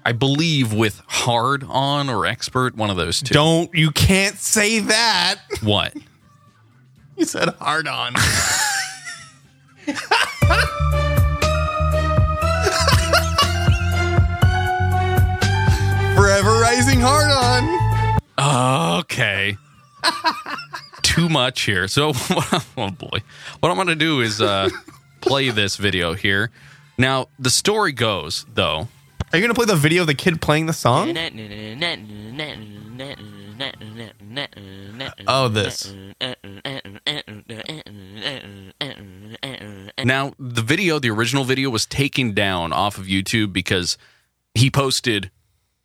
I believe with hard on or expert, one of those 2
Don't you can't say that. [LAUGHS]
What?
You said hard [LAUGHS] on. Forever rising hard on.
Okay. [LAUGHS] Too much here. So, [LAUGHS] oh boy. What I'm going to do is uh, play this video here. Now, the story goes, though,
Are you gonna play the video of the kid playing the song?
Oh,
Oh, this.
Now, the video, the original video, was taken down off of YouTube because he posted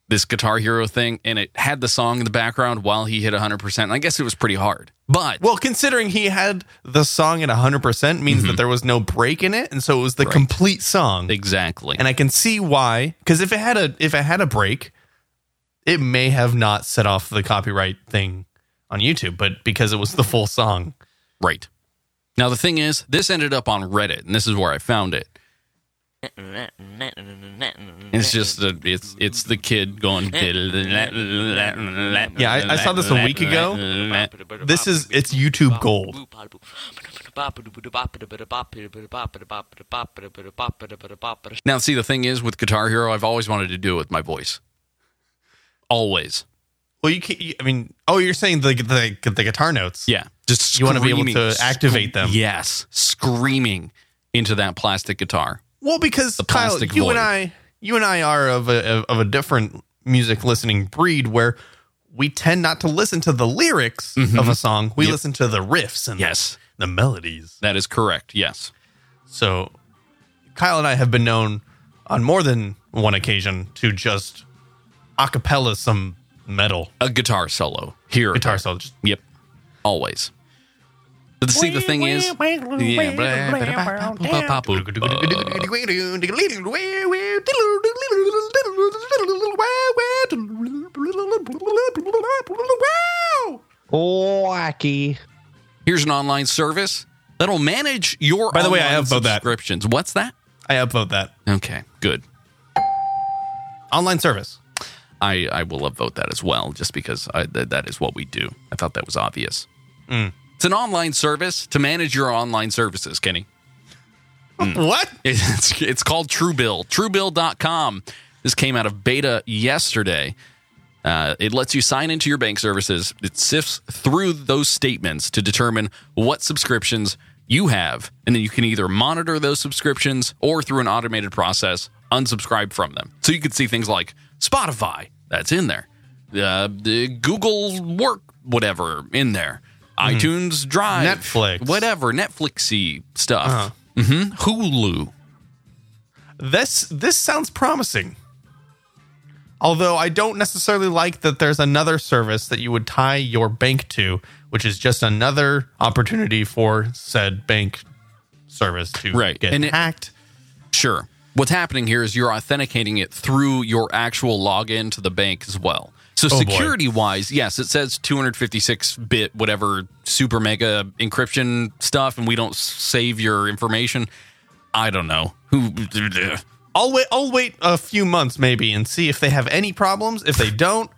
this Guitar Hero thing and it had the song in the background while he hit 100%. And I guess it was pretty hard. But
Well, considering he had the song at 100% means that there was no break in it, and so it was the complete song.
exactly.
And I can see why, because if it had a if it had a break, it may have not set off the copyright thing on YouTube, but because it was the full song,
right. Now, the thing is, this ended up on Reddit and this is where I found it. It's just a, it's it's the kid going. Yeah,
Yeah, I- I saw this a week ago. this is it's YouTube gold.
Now, see, the thing is with Guitar Hero, I've always wanted to do it with my voice. Always.
Well, you can't. you- I mean, oh, you're saying the the, the guitar notes.
Yeah. Just
You wanna be able to
screaming,
activate them.
Yes. Screaming into that plastic guitar.
Well, because Kyle,
plastic
you
void.
and I, you and I are of a of- of a different music listening breed where we tend not to listen to the lyrics of a song. We listen to the riffs and
Mm-hmm. Yes.
the melodies.
That is correct. Yes.
So, Kyle and I have been known on more than one occasion to just acapella some metal
A guitar solo. Here.
guitar solo. Just
Yep. Always. But see, the thing is.
Uh,
Yeah.
Wacky.
Here's an online service that'll manage your
By the way, I
online
upvote that.
subscriptions. What's that?
I upvote that.
Okay. Good.
Online service.
I, I will upvote that as well, just because I, th- that is what we do. I thought that was obvious. It's an online service to manage your online services, Kenny.
What?
[LAUGHS] It's, it's called Truebill. Truebill.com. This came out of beta yesterday. Uh, it lets you sign into your bank services. It sifts through those statements to determine what subscriptions you have. And then you can either monitor those subscriptions or through an automated process, unsubscribe from them. So you could see things like Spotify, that's in there, uh, the Google Work, whatever, in there, iTunes Drive,
Netflix.
whatever, Netflixy stuff, hmm Hulu.
This this sounds promising. Although I don't necessarily like that there's another service that you would tie your bank to, which is just another opportunity for said bank service to
Right.
get
And it-
hacked.
Sure. What's happening here is you're authenticating it through your actual login to the bank as well. So
Oh, boy.
security wise, yes, it says 256 bit whatever super mega encryption stuff and we don't s- save your information. I don't know. Who [LAUGHS]
I'll wait I'll wait a few months maybe and see if they have any problems. If they don't,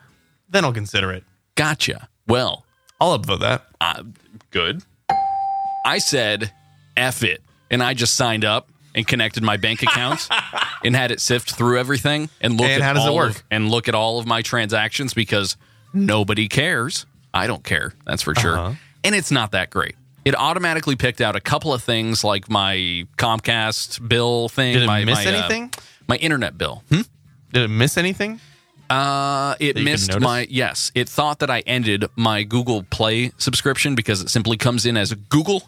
then I'll consider it.
gotcha. Well,
I'll upvote that.
uh, good. I said, F it. And I just signed up and connected my bank
[LAUGHS]
accounts and had it sift through everything and look
And
at
how does it
all
work?
of- and look at all of my transactions because Nobody cares. I don't care. That's for sure.
Uh-huh.
And it's not that great. It automatically picked out a couple of things like my Comcast bill thing.
Did it
my,
miss
my, uh,
anything?
my internet bill.
Did it miss anything?
Uh, it
you can
missed
notice?
my yes. It thought that I ended my Google Play subscription because it simply comes in as Google,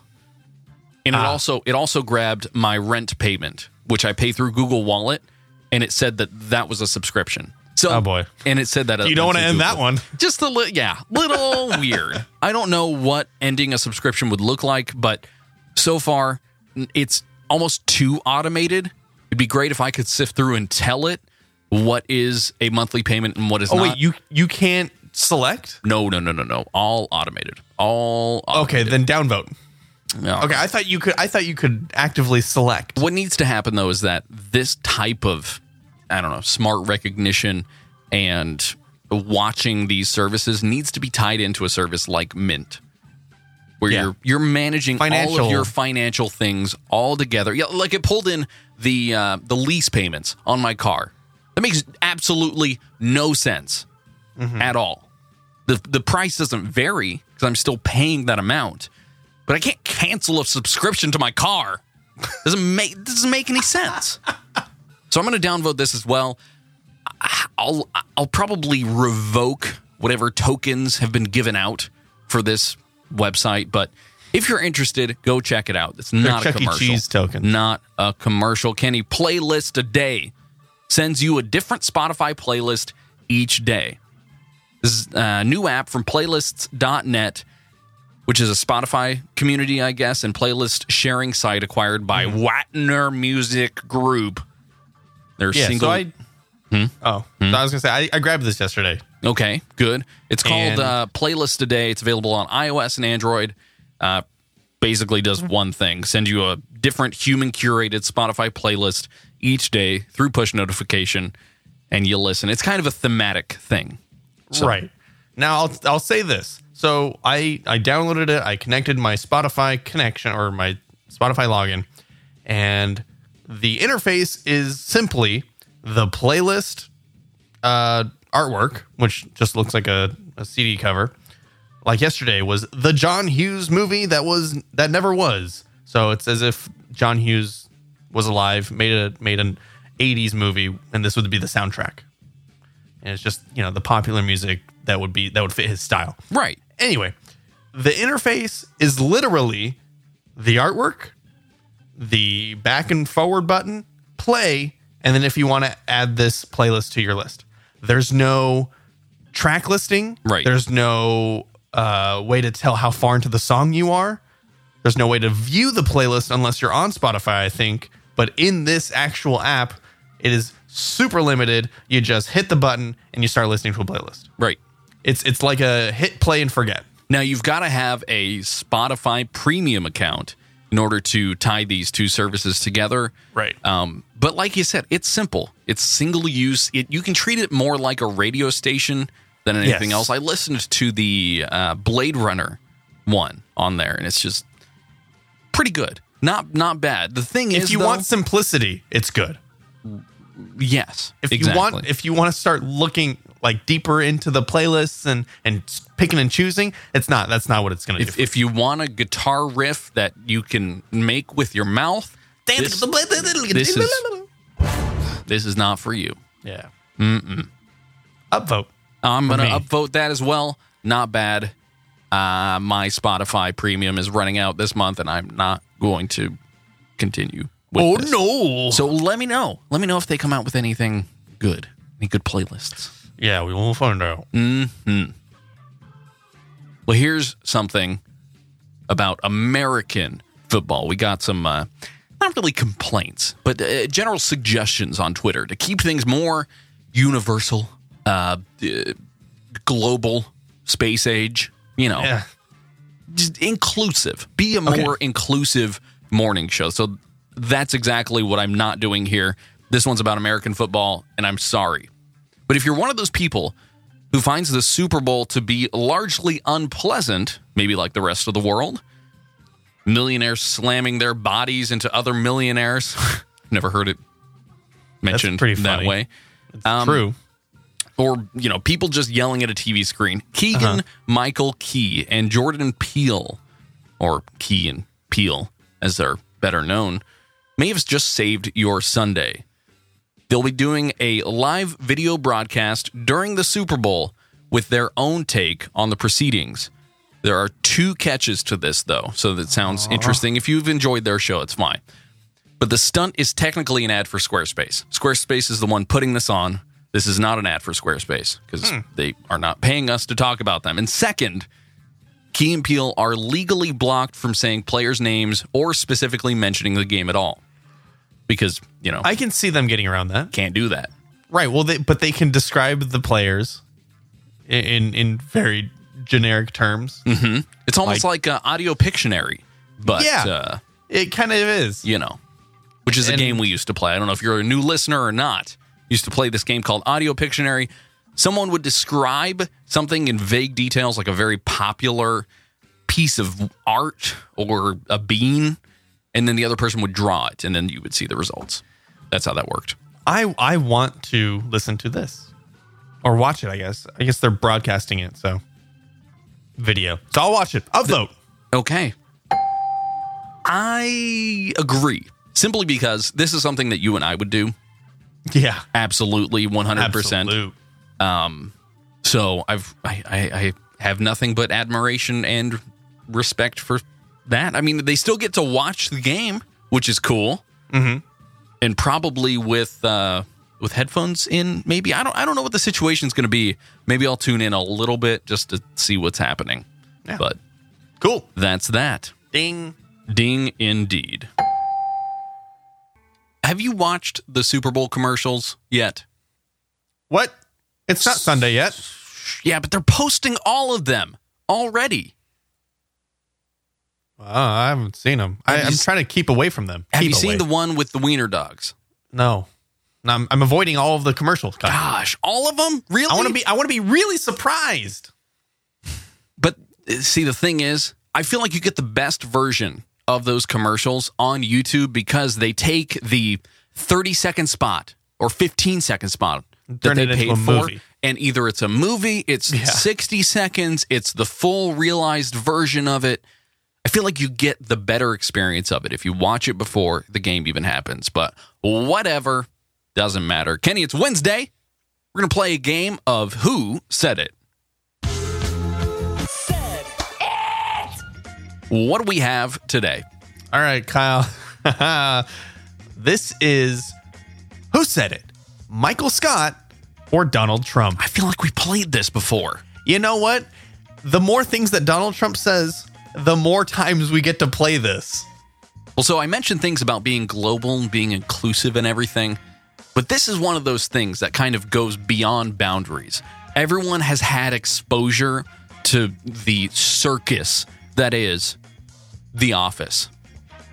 and
Ah.
it also it also grabbed my rent payment, which I pay through Google Wallet, and it said that that was a subscription. So,
Oh, boy.
and it said that it
You don't
went
want to
through
end
Google.
that one.
Just a little, yeah,
[LAUGHS]
little weird. I don't know what ending a subscription would look like, but so far n- it's almost too automated. It'd be great if I could sift through and tell it what is a monthly payment and what is
Oh
not.
wait, you you can't select.
no, no, no, no, no. All automated. All
Okay,
automated.
then downvote.
No.
Okay, I thought you could. I thought you could actively select.
What needs to happen though is that this type of I don't know, smart recognition and watching these services needs to be tied into a service like Mint. Where
Yeah.
you're you're managing all
Financial.
of your financial things all together. Yeah, like it pulled in the uh, the lease payments on my car. That makes absolutely no sense
Mm-hmm.
at all. The the price doesn't vary because I'm still paying that amount, but I can't cancel a subscription to my car. Doesn't make doesn't make any sense. So I'm going to downvote this as well. I'll I'll probably revoke whatever tokens have been given out for this website, but if you're interested, go check it out. It's not
Chuck
a
E.
commercial.
Cheese tokens.
Not a commercial. Kenny playlist a day sends you a different Spotify playlist each day. This is a uh, new app from playlists.net, which is a Spotify community, I guess, and playlist sharing site acquired by
Hmm.
Watner Music Group. Their
Yeah.
single Hmm?
So I. Oh, I was gonna say I, I grabbed this yesterday.
Okay, good. It's called
And-
uh, Playlist Today. It's available on iOS and Android. Uh, basically,
Hmm.
does one thing: send you a different human-curated Spotify playlist each day through push notification, and you listen. It's kind of a thematic thing.
Right. Now I'll I'll say this. So I I downloaded it. I connected my Spotify connection or my Spotify login, and the interface is simply the playlist uh, artwork, which just looks like a, a CD cover. Like yesterday was the John Hughes movie that was that never was. So it's as if John Hughes was alive, made a made an '80s movie, and this would be the soundtrack and it's just you know the popular music that would be that would fit his style.
Right.
Anyway, the interface is literally the artwork, the back and forward button, play, and then if you want to add this playlist to your list. There's no track listing.
Right.
There's no uh, way to tell how far into the song you are. There's no way to view the playlist unless you're on Spotify, I think. But in this actual app, it is super limited. You just hit the button and you start listening to a playlist.
Right.
It's it's like a hit play and forget.
Now you've got to have a Spotify premium account in order to tie these two services together.
Right.
Um, but like you said, it's simple. It's single use. It, you can treat it more like a radio station than anything else.
Yes.
I listened to the uh, Blade Runner one on there, and it's just pretty good. Not not bad. The thing is,
If you
though-
want simplicity, it's good.
yes,
If
exactly.
you want if you want to start looking like deeper into the playlists and and picking and choosing, it's not that's not what it's going to do.
if, if you want a guitar riff that you can make with your mouth, this, this is this is not for you.
yeah. Mm-mm. Upvote.
I'm gonna
me.
upvote that as well. Not bad. Uh, my Spotify premium is running out this month, and I'm not going to continue. With this.
Oh, no.
So let me know. Let me know if they come out with anything good, any good playlists.
Yeah, we will find out.
Mm. Well, here's something about American football. We got some uh, not really complaints, but uh, general suggestions on Twitter to keep things more universal, uh, uh, global, space age. You know.
Yeah.
just inclusive. Be a more inclusive morning show. So that's exactly what I'm not doing here. This one's about American football, and I'm sorry. But if you're one of those people who finds the Super Bowl to be largely unpleasant, maybe like the rest of the world, millionaires slamming their bodies into other [LAUGHS] millionaires. Never heard it mentioned
pretty
that
funny.
way.
True.
or you know people just yelling at a TV screen. Keegan Michael Key and Jordan Peele, or Key and Peele as they're better known, may have just saved your Sunday. They'll be doing a live video broadcast during the Super Bowl with their own take on the proceedings. There are two catches to this, though, so that sounds interesting. If you've enjoyed their show, it's fine. But the stunt is technically an ad for Squarespace. Squarespace is the one putting this on. This is not an ad for Squarespace because they are not paying us to talk about them. And second, Key and Peele are legally blocked from saying players' names or specifically mentioning the game at all because, you know,
I can see them getting around that.
can't do that.
Right. Well, they, but they can describe the players i- in in very generic terms.
Mm. It's almost like, uh, audio Pictionary, but
Yeah.
uh,
It kind of is.
you know, which is a
And-
game we used to play. I don't know if you're a new listener or not. Used to play this game called Audio Pictionary. Someone would describe something in vague details, like a very popular piece of art or a bean, and then the other person would draw it, and then you would see the results. That's how that worked.
I I want to listen to this or watch it. I guess. I guess they're broadcasting it. So video. So I'll watch it. I'll vote.
Okay. I agree, simply because this is something that you and I would do.
Yeah.
Absolutely, 100%.
Absolute.
So I've I, I, I have nothing but admiration and respect for that. I mean, they still get to watch the game, which is cool, mm-hmm. and probably with uh, with headphones in. Maybe I don't I don't know what the situation's going to be. Maybe I'll tune in a little bit just to see what's happening.
Yeah.
But
Cool.
that's that.
Ding.
Ding indeed. Have you watched the Super Bowl commercials yet?
What? It's not Sunday yet.
Yeah, but they're posting all of them already.
Oh, I haven't seen them. I,
Have you
I'm
s-
trying to keep away from them.
Have
Keep
you seen
away.
the one with the wiener dogs?
No, No, I'm, I'm avoiding all of the commercials. I
Gosh, all of them? Really?
want to be. I want to be really surprised.
But uh, see, the thing is, I feel like you get the best version of those commercials on YouTube because they take the 30 second spot or 15 second spot that
Turn
they
it into
paid
a
for.
movie.
And either it's a movie, it's 60 seconds, it's the full realized version of it. I feel like you get the better experience of it if you watch it before the game even happens. But whatever, doesn't matter. Kenny, it's Wednesday. We're going to play a game of Who Said It. What do we have today?
All right, Kyle. [LAUGHS] this is who said it? Michael Scott or Donald Trump?
I feel like we played this before.
You know what? The more things that Donald Trump says, the more times we get to play this.
Well, so I mentioned things about being global and being inclusive and everything, but this is one of those things that kind of goes beyond boundaries. Everyone has had exposure to the circus that is The Office.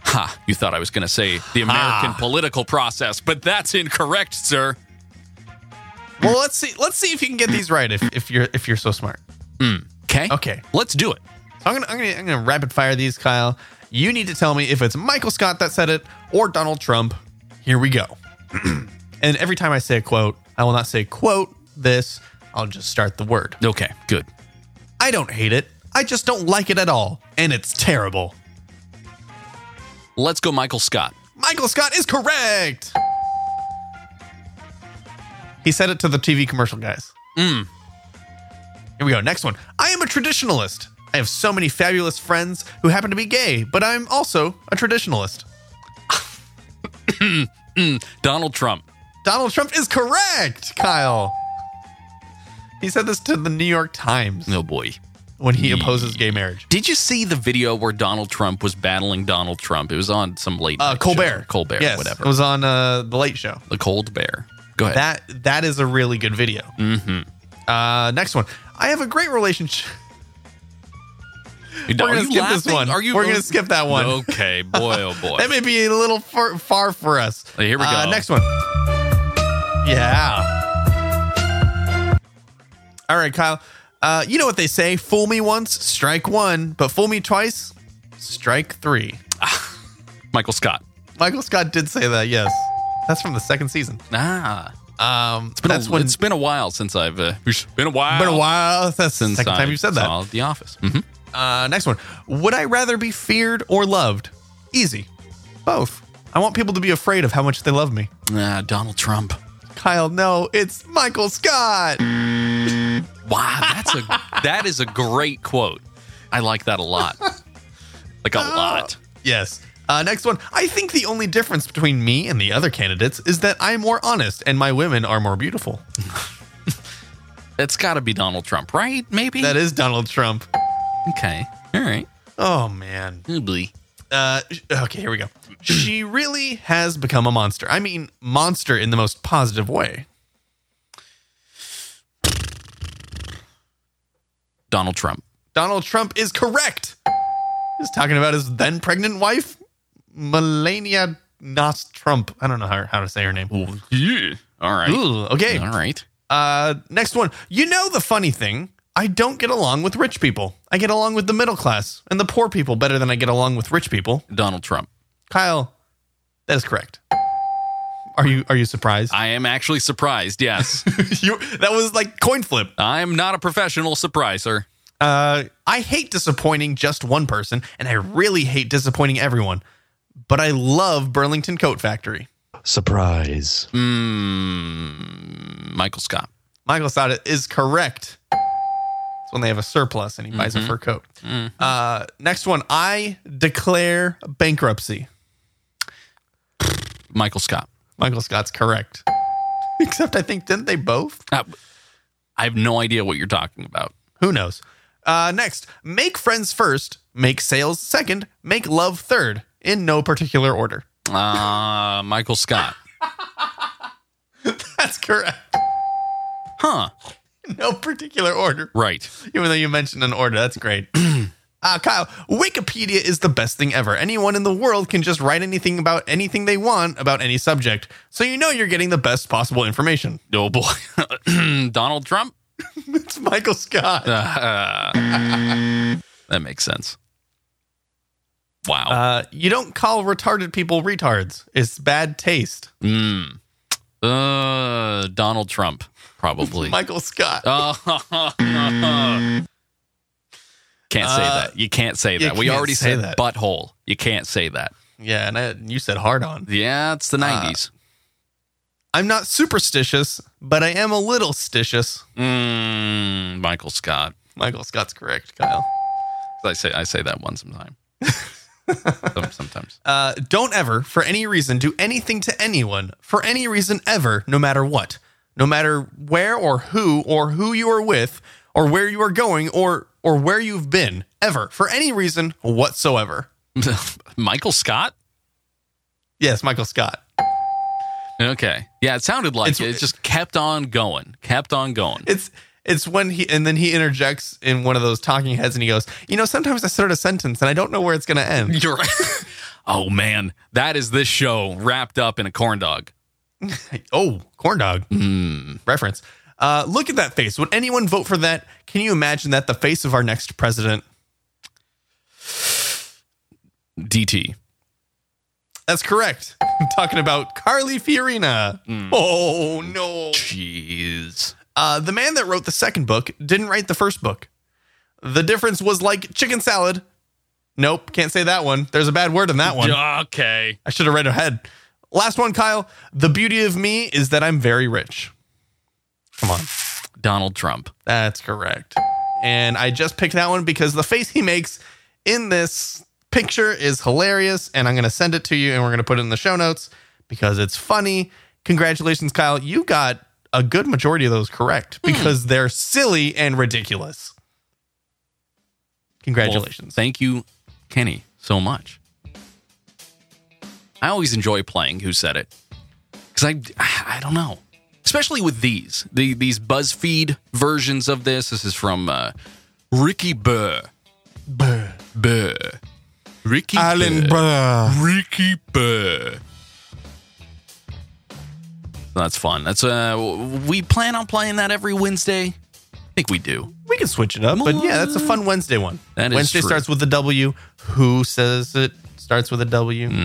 Ha, you thought I was going to say the American political process, but that's incorrect, sir.
Well, let's see. Let's see if you can get these right. If, if you're if you're so smart.
Okay?
Okay.
Let's do it.
So I'm gonna, I'm gonna I'm gonna rapid fire these, Kyle. You need to tell me if it's Michael Scott that said it or Donald Trump. Here we go. [CLEARS THROAT] and every time I say a quote, I will not say quote this. I'll just start the word.
Okay, good.
I don't hate it. I just don't like it at all, and it's terrible.
Let's go, Michael Scott.
Michael Scott is correct. He said it to the TV commercial guys.
Mm.
Here we go. Next one. I am a traditionalist. I have so many fabulous friends who happen to be gay, but I'm also a traditionalist.
Donald Trump.
Donald Trump is correct, Kyle. He said this to the New York Times
Oh, boy.
when he opposes gay marriage.
Did you see the video where Donald Trump was battling Donald Trump? It was on some late
Uh,
night
Colbert.
show. Colbert,
Yes,
whatever.
It was on uh, the Late Show.
the Cold Bear. Go ahead.
That that is a really good video. Mm-hmm. Uh, next one. I have a great relationship.
Are
we're gonna
you
skip this
laughing?
one.
Are you?
We're gonna skip that one.
Okay, boy,
[LAUGHS]
oh boy.
That may be a little far, far for us.
Hey, here we
Uh,
go.
Next one. Yeah. All right, Kyle. Uh, you know what they say: fool me once, strike one; but fool me twice, strike three.
Michael Scott.
Michael Scott did say that. Yes, that's from the second season.
Ah,
Um,
It's been,
that's
a,
when
it's been a while since I've uh, it's been a while.
been a while. That's the
since
second time
I
you said that.
saw The Office. Mhm.
Uh, next one. Would I rather be feared or loved? Easy. Both. I want people to be afraid of how much they love me.
Ah, Donald Trump.
Kyle, no, it's Michael Scott.
Wow, that's
[LAUGHS]
a that is a great quote. I like that a lot. Like a
[LAUGHS]
lot.
Yes. Uh, next one. I think the only difference between me and the other candidates is that I'm more honest and my women are more [LAUGHS] beautiful.
That's got to be Donald Trump, right? Maybe.
That is Donald Trump.
okay. All right.
Oh, man.
Oobly.
Uh, sh- okay, here we go. She really has become a monster. I mean, monster in the most positive way.
Donald Trump.
Donald Trump is correct. He's talking about his then pregnant wife, Melania Nos Trump. I don't know how, how to say her name.
Yeah. All right.
Ooh, okay.
All right.
Uh, next one. You know the funny thing? I don't get along with rich people. I get along with the middle class and the poor people better than I get along with rich people.
Donald Trump.
Kyle, that is correct. Are you are you surprised?
I am actually surprised. Yes.
[LAUGHS] you, that was like coin flip.
I'm not a professional surpriser.
Uh, I hate disappointing just one person, and I really hate disappointing everyone. But I love Burlington Coat Factory.
Surprise.
Mm, Michael Scott.
Michael Sada is correct. It's when they have a surplus and he buys a fur coat. Uh, next one, I declare bankruptcy.
Michael Scott.
Michael Scott's correct. [LAUGHS] Except I think didn't they both?
Uh, I have no idea what you're talking about.
Who knows? Uh, next, make friends first, make sales second, make love third, in no particular order. [LAUGHS]
Uh, [LAUGHS] Michael Scott.
That's correct.
Huh.
No particular order.
Right.
[LAUGHS] Even though you mentioned an order, that's great. [CLEARS THROAT] Uh, Kyle, Wikipedia is the best thing ever. Anyone in the world can just write anything about anything they want about any subject. So you know you're getting the best possible information. [LAUGHS]
Oh boy. [CLEARS THROAT] Donald Trump.
It's Michael Scott.
That makes sense. Wow.
Uh, you don't call retarded people retards, it's bad taste.
Uh, Donald Trump, probably. [LAUGHS]
Michael Scott.
Uh, can't say that. You can't say that. we
can't
already
say
said
that.
butthole. You can't say that.
yeah, and I, you said hard on.
Yeah, it's the
Ah.
90s.
I'm not superstitious, but I am a little stitious.
Mm, Michael Scott.
Michael Scott's correct, Kyle.
I say I say that one
[LAUGHS]
sometime. Some- Sometimes. [LAUGHS]
Uh, don't ever, for any reason, do anything to anyone, for any reason ever, no matter what, no matter where or who or who you are with or where you are going or or where you've been, ever, for any reason whatsoever.
Michael Scott?
Yes, Michael Scott.
Okay. Yeah, it sounded like
It's-
it. it just kept on going. Kept on going.
It's it's when he and then he interjects in one of those talking heads and he goes, you know, sometimes I start a sentence and I don't know where it's going to end.
You're
[LAUGHS]
right. oh man, that is this show wrapped up in a corn dog.
oh, corn dog reference. Uh, look at that face. Would anyone vote for that? Can you imagine that the face of our next president?
DT.
That's correct. [LAUGHS] I'm talking about Carly Fiorina. Oh, no.
Jeez.
Uh, the man that wrote the second book didn't write the first book. The difference was like chicken salad. Nope, can't say that one. There's a bad word in that one.
Okay.
I should have read ahead. Last one, Kyle. The beauty of me is that I'm very rich. Come on.
Donald Trump.
That's correct. And I just picked that one because the face he makes in this picture is hilarious. And I'm going to send it to you and we're going to put it in the show notes because it's funny. Congratulations, Kyle. You got a good majority of those correct
Hmm.
because they're silly and ridiculous. Congratulations.
Well, thank you, Kenny, so much. I always enjoy playing Who Said It because I, I don't know, especially with these the these BuzzFeed versions of this. This is from uh, Ricky Burr. Burr. Burr. Ricky Burr.
Bruh.
Ricky Burr. That's fun. That's uh, we plan on playing that every Wednesday. I think we do.
We can switch it up, but yeah, that's a fun Wednesday one.
That is
Wednesday
true.
starts with the W. Who says it starts with a W?
Well,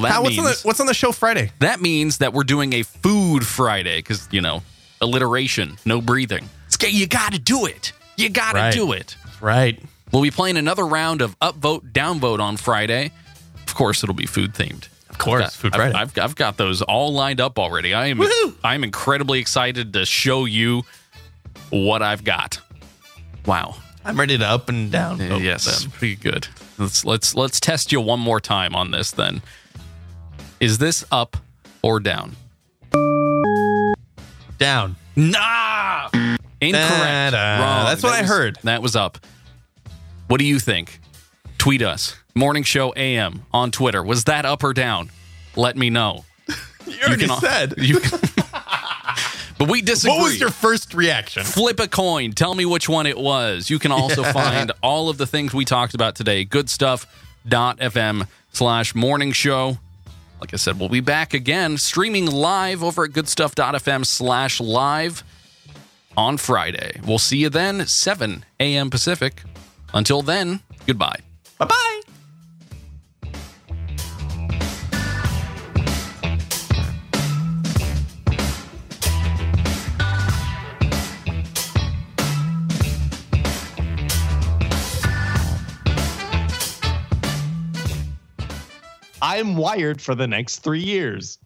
Mm, that
How- what's,
means
on the, what's on the show Friday?
that means that we're doing a food Friday because you know alliteration, no breathing. It's, g- you got to do it. You got
Right.
to do it.
Right.
We'll be playing another round of upvote, downvote on Friday. Of course, it'll be food themed.
Of course. Food
I've,
Friday.
I've, I've got those all lined up already. I am
Woohoo!
I'm incredibly excited to show you what I've got. Wow.
I'm ready to up and down. Oh,
Uh,
vote
yes,
them.
pretty good. Let's let's let's test you one more time on this then. Is this up or down?
Down.
Nah. Incorrect.
Da-da.
Wrong.
That's what I
was-
heard.
That was up. What do you think? Tweet us. Morning Show AM on Twitter. Was that up or down? Let me know.
You already
al-
said.
[LAUGHS] You can- but we disagree.
what was your first reaction?
Flip a coin. Tell me which one it was. You can also find all of the things we talked about today. Goodstuff.fm slash morning show. Like I said, we'll be back again streaming live over at goodstuff.fm slash live on Friday. We'll see you then, 7 a.m. Pacific. Until then, goodbye.
Bye bye.
I'm wired for the next three years.